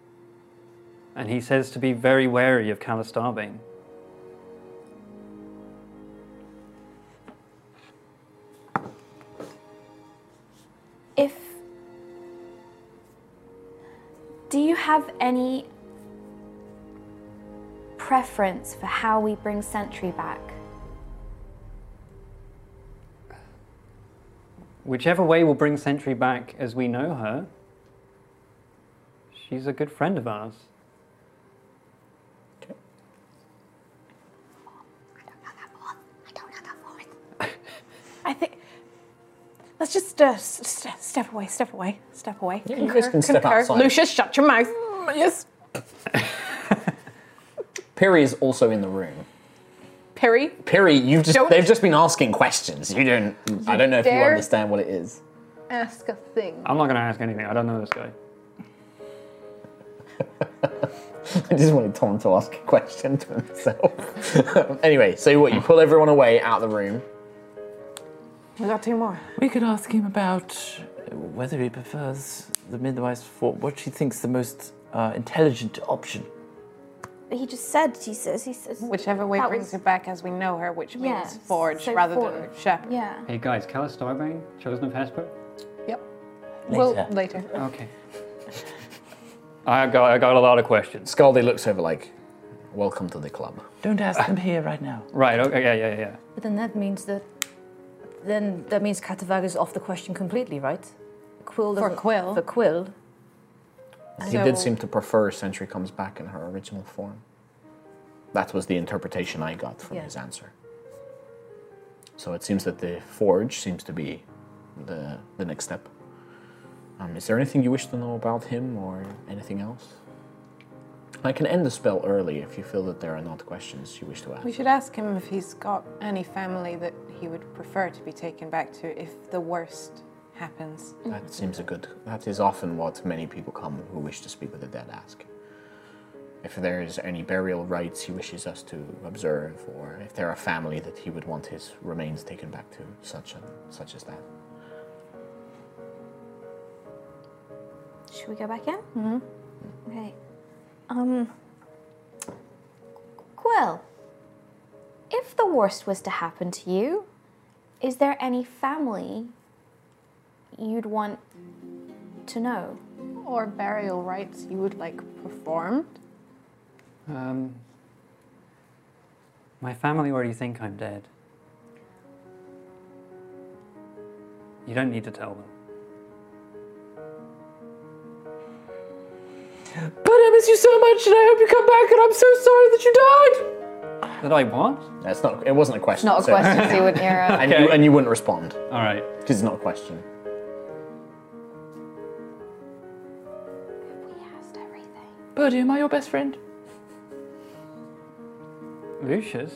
S1: and he says to be very wary of Callus Starbane.
S5: If Do you have any preference for how we bring Sentry back?
S7: Whichever way will bring Sentry back as we know her, she's a good friend of ours.
S11: I think. Let's just uh, st- st- step away, step away, step away.
S6: You guys can step
S4: Concur.
S6: outside.
S4: Lucius, shut your mouth.
S11: Yes.
S6: Perry is also in the room.
S4: Perry,
S6: Perry, you've just
S4: Don't-
S6: they've just been asking questions. You don't I don't know if you
S4: dare-
S6: understand what it is.
S4: ask a thing.
S7: I'm not going to ask anything. I don't know this guy.
S6: I just wanted Tom to ask a question to himself. anyway, so what you pull everyone away out of the room.
S4: We got two more.
S8: We could ask him about uh, whether he prefers the midwife for what she thinks the most uh, intelligent option.
S5: He just said, he says, he says.
S4: Whichever way
S5: That
S4: brings
S5: was-
S4: her back as we know her, which means
S5: Yes,
S4: forge
S5: so
S4: rather
S5: forge.
S4: than shepherd.
S5: Yeah.
S7: Hey guys, Callus Starbane, Chosen of Hesper?
S4: Yep. Well, later.
S7: Okay. I got, I got a lot of questions.
S6: Scaldi looks over like, welcome to the club.
S8: Don't ask them here right now.
S7: Right, okay, yeah, yeah, yeah.
S11: But then that means that. Then that means Katavag is off the question completely, right? Quill
S4: For
S11: doesn't-
S4: Quill.
S11: For Quill.
S6: He did
S4: So-
S6: seem to prefer Sentry comes back in her original form. That was the interpretation I got from
S11: Yeah.
S6: his answer. So it seems that the forge seems to be the the next step. Um, is there anything you wish to know about him or anything else? I can end the spell early if you feel that there are not questions you wish to ask.
S4: We should ask him if he's got any family that he would prefer to be taken back to if the worst happens.
S6: That seems a good. That is often what many people come who wish to speak with the dead ask. If there is any burial rites he wishes us to observe, or if there are family that he would want his remains taken back to, such and such as that.
S5: Should we go back in? Mm-hmm. Okay. Um. Quill, if the worst was to happen to you, is there any family you'd want to know?
S4: Or burial rites you would like performed?
S7: Um, my family already think I'm dead. You don't need to tell them.
S8: But I miss you so much, and I hope you come back. And I'm so sorry that you died.
S7: That I what?
S6: That's not. It wasn't a question.
S4: Not a
S6: so-
S4: question, so you wouldn't hear it.
S6: and, you, and you wouldn't respond
S7: All right.
S6: because it's not a question.
S5: We asked everything.
S8: Birdie, am I your best friend?
S7: Lucius?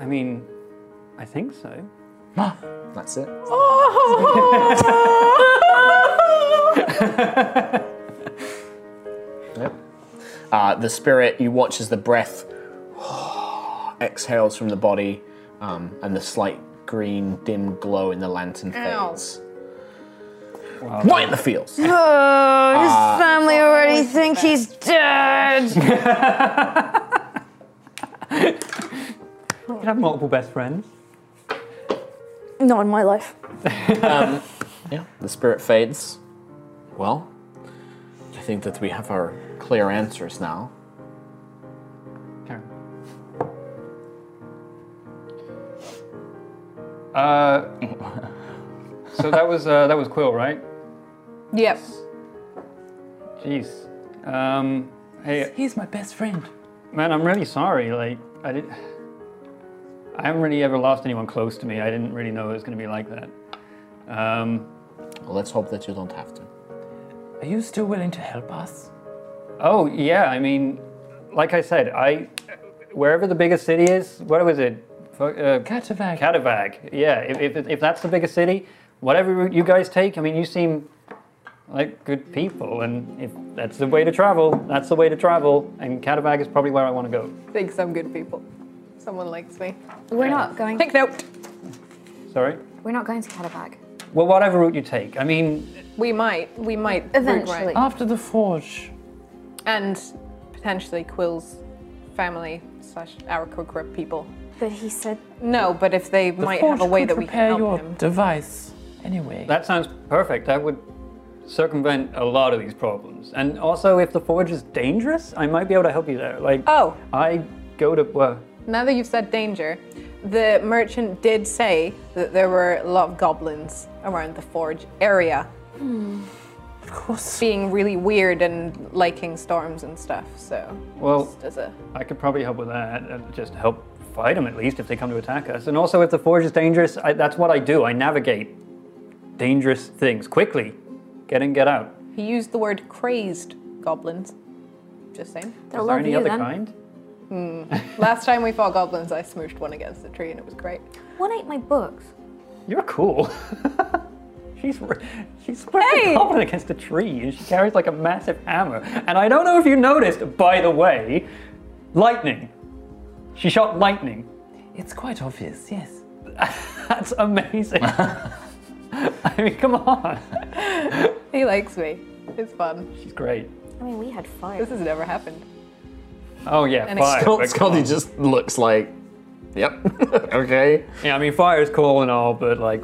S7: I mean, I think so.
S6: That's it.
S8: Oh!
S6: Yep. Uh, the spirit, you watch as the breath exhales from the body, um, and the slight green, dim glow in the lantern
S4: Ow.
S6: fades. Right in the fields.
S11: Family already think he's dead.
S7: You could have multiple best friends.
S11: Not in my life.
S6: Yeah, the spirit fades. Well, I think that we have our clear answers now.
S7: Karen. Uh, so that was uh, that was Quill, right?
S4: Yep.
S7: Jeez. Um, hey,
S8: He's my best friend.
S7: man, I'm really sorry. Like, I did. I haven't really ever lost anyone close to me. I didn't really know it was going to be like that. Um,
S6: Well, let's hope that you don't have to.
S8: Are you still willing to help us?
S7: oh yeah, I mean, like I said, I wherever the biggest city is, what was it? Fu- Uh,
S8: Katavag.
S7: Catavag. Yeah, if, if, if that's the biggest city, whatever route you guys take, I mean, you seem like good people, and if that's the way to travel, that's the way to travel, and Catavag is probably where I want to go.
S4: Think some good people. Someone likes me.
S5: We're not going.
S4: Take note.
S7: Sorry?
S5: We're not going to Catabac.
S7: Well, whatever route you take. I mean,
S4: We might. We might
S5: Eventually.
S4: regret.
S8: After the forge.
S4: and potentially Quill's family slash our Kokra people.
S5: But he said
S4: No, but if they
S8: The
S4: might
S8: forge
S4: have a way
S8: could
S4: that we can
S8: repair
S4: help
S8: your
S4: him.
S8: device. Anyway.
S7: that sounds perfect. That would circumvent a lot of these problems. And also, if the forge is dangerous, I might be able to help you there. Like,
S4: Oh.
S7: I go to well,
S4: Now that you've said danger, the merchant did say that there were a lot of goblins around the forge area.
S8: Of course.
S4: Being really weird and liking storms and stuff, so.
S7: Well-
S4: Just as a.
S7: I could probably help with that. and Just help fight them at least if they come to attack us. And also, if the forge is dangerous, I, that's what I do. I navigate dangerous things quickly. Get in, get out.
S4: He used the word crazed goblins. Just saying.
S5: They'll
S7: Is there
S5: love
S7: any
S5: you
S7: other
S5: then.
S7: kind?
S4: Last time we fought goblins, I smooshed one against the tree and it was great.
S5: One ate my books.
S7: You're cool. she's r- she's hey!
S4: Hey!
S7: confident against a tree, and she carries like a massive hammer. And I don't know if you noticed, by the way, lightning. She shot lightning.
S8: It's quite obvious, yes.
S7: That's amazing. I mean, come on.
S4: He likes me. It's fun.
S7: She's great.
S5: I mean, we had fire.
S4: This has never happened.
S7: Oh yeah,
S4: And
S7: fire.
S4: explode.
S7: but come
S6: Scotty
S7: on.
S6: just looks like, yep, okay.
S7: Yeah, I mean, fire's cool and all, but like,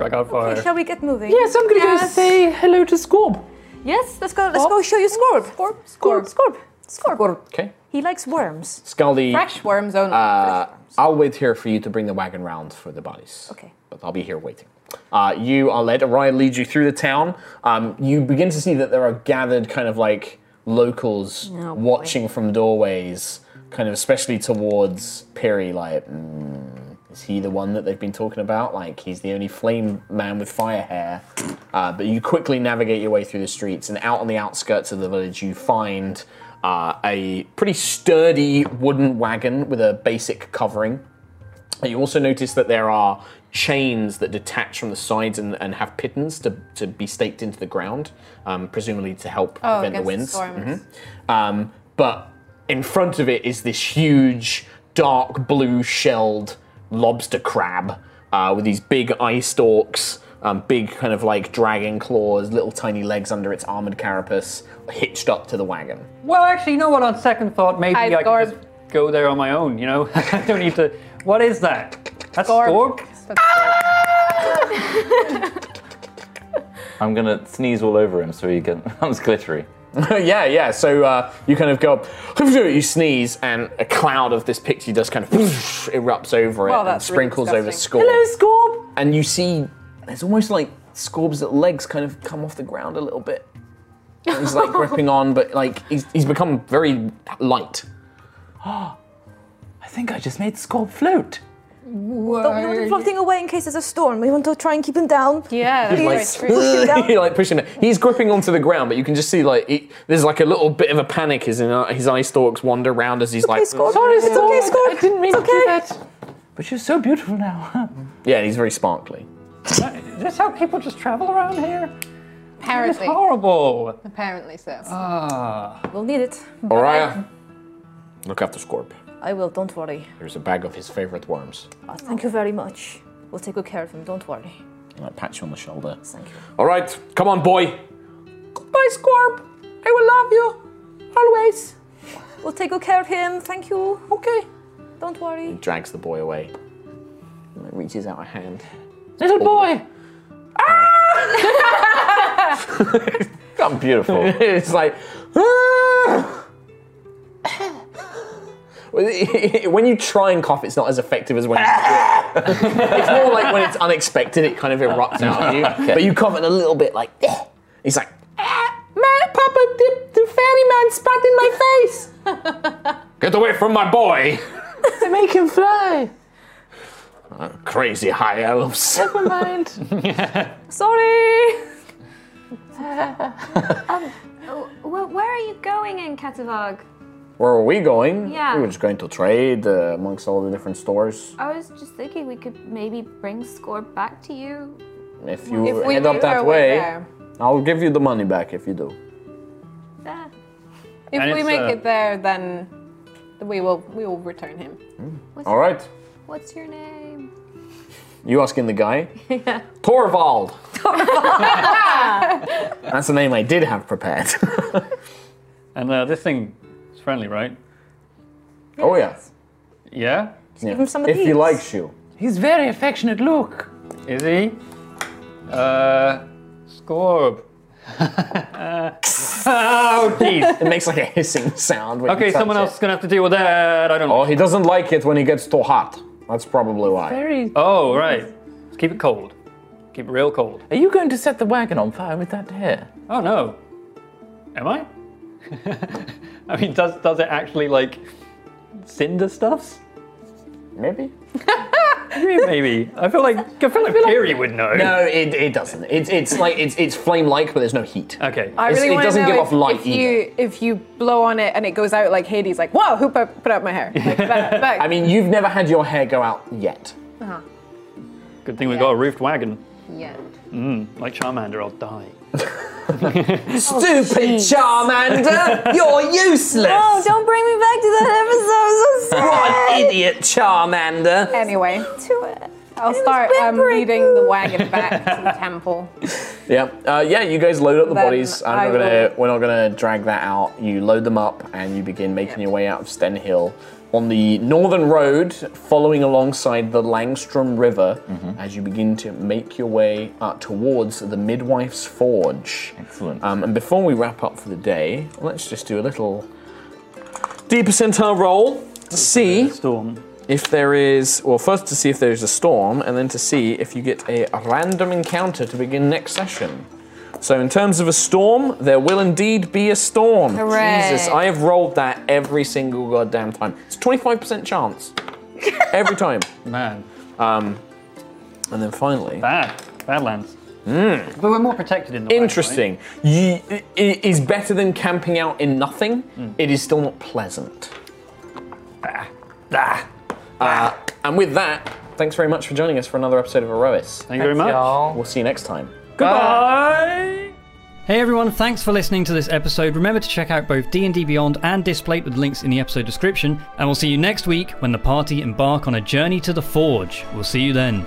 S7: I got fire.
S11: Shall we get moving?
S8: Yes, I'm gonna go say hello to Scorb.
S11: Yes, let's go. Let's go show you Scorb. Scorb. Scorb. Scorb. Scorb.
S6: Okay.
S11: He likes worms.
S6: Scaldi,
S4: Fresh worms only.
S6: uh, I'll wait here for you to bring the wagon round for the bodies.
S11: Okay.
S6: But I'll be here waiting. Uh, you are led, Orion leads you through the town. Um, you begin to see that there are gathered kind of like locals
S11: Oh, boy.
S6: watching from doorways, kind of especially towards Perry, like, "Mm, is he the one that they've been talking about? Like, he's the only flame man with fire hair. Uh, but you quickly navigate your way through the streets, and out on the outskirts of the village, you find uh, a pretty sturdy wooden wagon with a basic covering. And You also notice that there are chains that detach from the sides and, and have pittons to, to be staked into the ground, um, presumably to help prevent the
S4: Oh, against the
S6: winds.
S4: storms.
S6: Mhm. Um, but in front of it is this huge, dark blue shelled lobster crab uh, with these big eye stalks, um, big kind of like dragon claws, little tiny legs under its armored carapace, hitched up to the wagon.
S7: Well, actually, you know what? On second thought, maybe
S4: Hi,
S7: I, could
S4: Scorb.
S7: just go there on my own. You know, I don't need to. What is that? That's
S4: Scorb.
S7: Scorb.
S2: I'm gonna sneeze all over him so he can. I'm glittery.
S6: yeah, yeah. So uh, you kind of go up, you sneeze, and a cloud of this pixie dust kind of erupts over it
S4: Wow,
S6: and
S4: that's really
S6: sprinkles over
S4: disgusting.
S6: Scorb.
S8: Hello, Scorb.
S6: And you see, there's almost like Scorb's little legs kind of come off the ground a little bit. And He's like gripping on, but like he's, he's become very light.
S8: I think I just made Scorb float.
S11: Don't we want him floating away in case there's a storm. We want to try and keep him down.
S4: yeah, that's
S6: Like,
S4: very true.
S11: down.
S6: you're like pushing it. He's gripping onto the ground, but you can just see like he, there's like a little bit of a panic. His his eye stalks wander round as he's
S11: Okay,
S6: like,
S11: Scorb.
S8: Sorry,
S11: it's
S8: Scorb.
S11: okay, Scorb.
S8: I didn't mean
S11: it's
S8: to do
S11: okay.
S8: that. But you're so beautiful now.
S6: yeah, he's very sparkly.
S7: Uh, Is this how people just travel around here? It's
S4: Apparently.
S7: horrible.
S4: Apparently so.
S7: Ah,
S11: We'll need it.
S6: Oriah, look after Scorb.
S11: I will. Don't worry.
S6: There's a bag of his favorite worms.
S11: Uh, thank you very much. We'll take good care of him. Don't worry.
S6: And I pat you on the shoulder.
S11: Thank you.
S6: All right, come on, boy.
S8: Bye, Scorb. I will love you always.
S11: We'll take good care of him. Thank you.
S8: Okay.
S11: Don't worry.
S6: Drags the boy away. And it reaches out a hand.
S8: Little boy.
S6: I'm beautiful. it's like. "Ah!" when you try and cough, it's not as effective as when you It's more like when it's unexpected, it kind of erupts out of you. But you cough it a little bit like. "Eh." He's like, ah, my papa, the, the fairy man spat in my face. Get away from my boy.
S8: They make him fly.
S6: Crazy high elves.
S8: Never mind.
S11: Sorry.
S5: Oh, well, where are you going in Katavag?
S6: Where were we going?
S5: Yeah.
S6: We were just going to trade uh, amongst all the different stores.
S5: I was just thinking we could maybe bring Score back to you.
S6: If you
S4: If we
S6: head
S4: made
S6: up that
S4: our
S6: way,
S4: way there.
S6: I'll give you the money back if you do.
S5: Ah,
S4: If
S7: And
S4: we
S7: it's,
S4: make
S7: uh,
S4: it there, then we will we will return him.
S5: what's,
S6: All right.
S5: What's your name?
S6: You asking the guy? yeah. Torvald. That's the name I did have prepared.
S7: and uh, this thing is friendly, right?
S6: oh yeah.
S7: Yeah.
S6: Yeah.
S11: him some of
S6: if he
S11: these.
S6: likes you.
S8: He's very affectionate. Look.
S7: Is he? Uh, Scorb. Uh, Oh, jeez.
S6: It makes like a hissing sound. When you
S7: Okay,
S6: touch
S7: someone
S6: it.
S7: else is gonna have to deal with that. I don't know.
S6: Oh, he doesn't like it when it gets too hot. That's probably why.
S8: Very.
S7: Oh, right. Let's keep it cold. Keep it real cold.
S8: Are you going to set the wagon on fire with that hair?
S7: Oh no. Am I? I mean, does does it actually like cinder stuffs?
S6: Maybe.
S7: Maybe. I feel like I feel like Kiri would know.
S6: No, it, it doesn't. It's it's like it's it's flame like, but there's no heat.
S7: Okay.
S4: I really
S6: It's- it
S4: want to
S6: doesn't
S4: know
S6: give
S4: if,
S6: off light
S4: if you if you blow on it and it goes out like Hades, like whoa, who put, put out my hair? Like, that, that-
S6: I mean, you've never had your hair go out yet.
S7: Good thing we got a roofed wagon.
S4: yeah.
S7: Like Charmander, I'll die.
S6: Stupid Charmander, you're useless.
S5: Oh, don't bring me back to that episode. I'm so sad.
S6: idiot, Charmander.
S4: Anyway,
S5: To it.
S4: I'll
S5: It was
S4: start um,
S5: whimpering.
S4: leading the wagon back to the temple.
S6: Yeah, uh, yeah. You guys load up the
S4: Then
S6: bodies. I'm
S4: I
S6: not gonna.
S4: will-
S6: We're not gonna drag that out. You load them up and you begin making your way out of Stenhill on the northern road, following alongside the Langstrom River as you begin to make your way uh, towards the Midwife's Forge.
S2: Excellent.
S6: Um, and before we wrap up for the day, let's just do a little D percentile roll to see
S7: Storm.
S6: if there is, well, first to see if there's a storm, and then to see if you get a random encounter to begin next session. So, in terms of a storm, there will indeed be a storm.
S4: Hooray.
S6: Jesus, I have rolled that every single goddamn time. It's 25% chance. every time.
S7: Man.
S6: And then finally.
S7: Bad. Badlands. But we're more protected in the wagon, right?
S6: Interesting. You, i- i- is better than camping out in nothing. It is still not pleasant. Ah. Uh, and with that, thanks very much for joining us for another episode of Erois.
S7: Thank you very much.
S6: We'll see you next time.
S1: Hey everyone, thanks for listening to this episode. Remember to check out both D&D Beyond and Displate with links in the episode description, and we'll see you next week when the party embark on a journey to the forge. We'll see you then.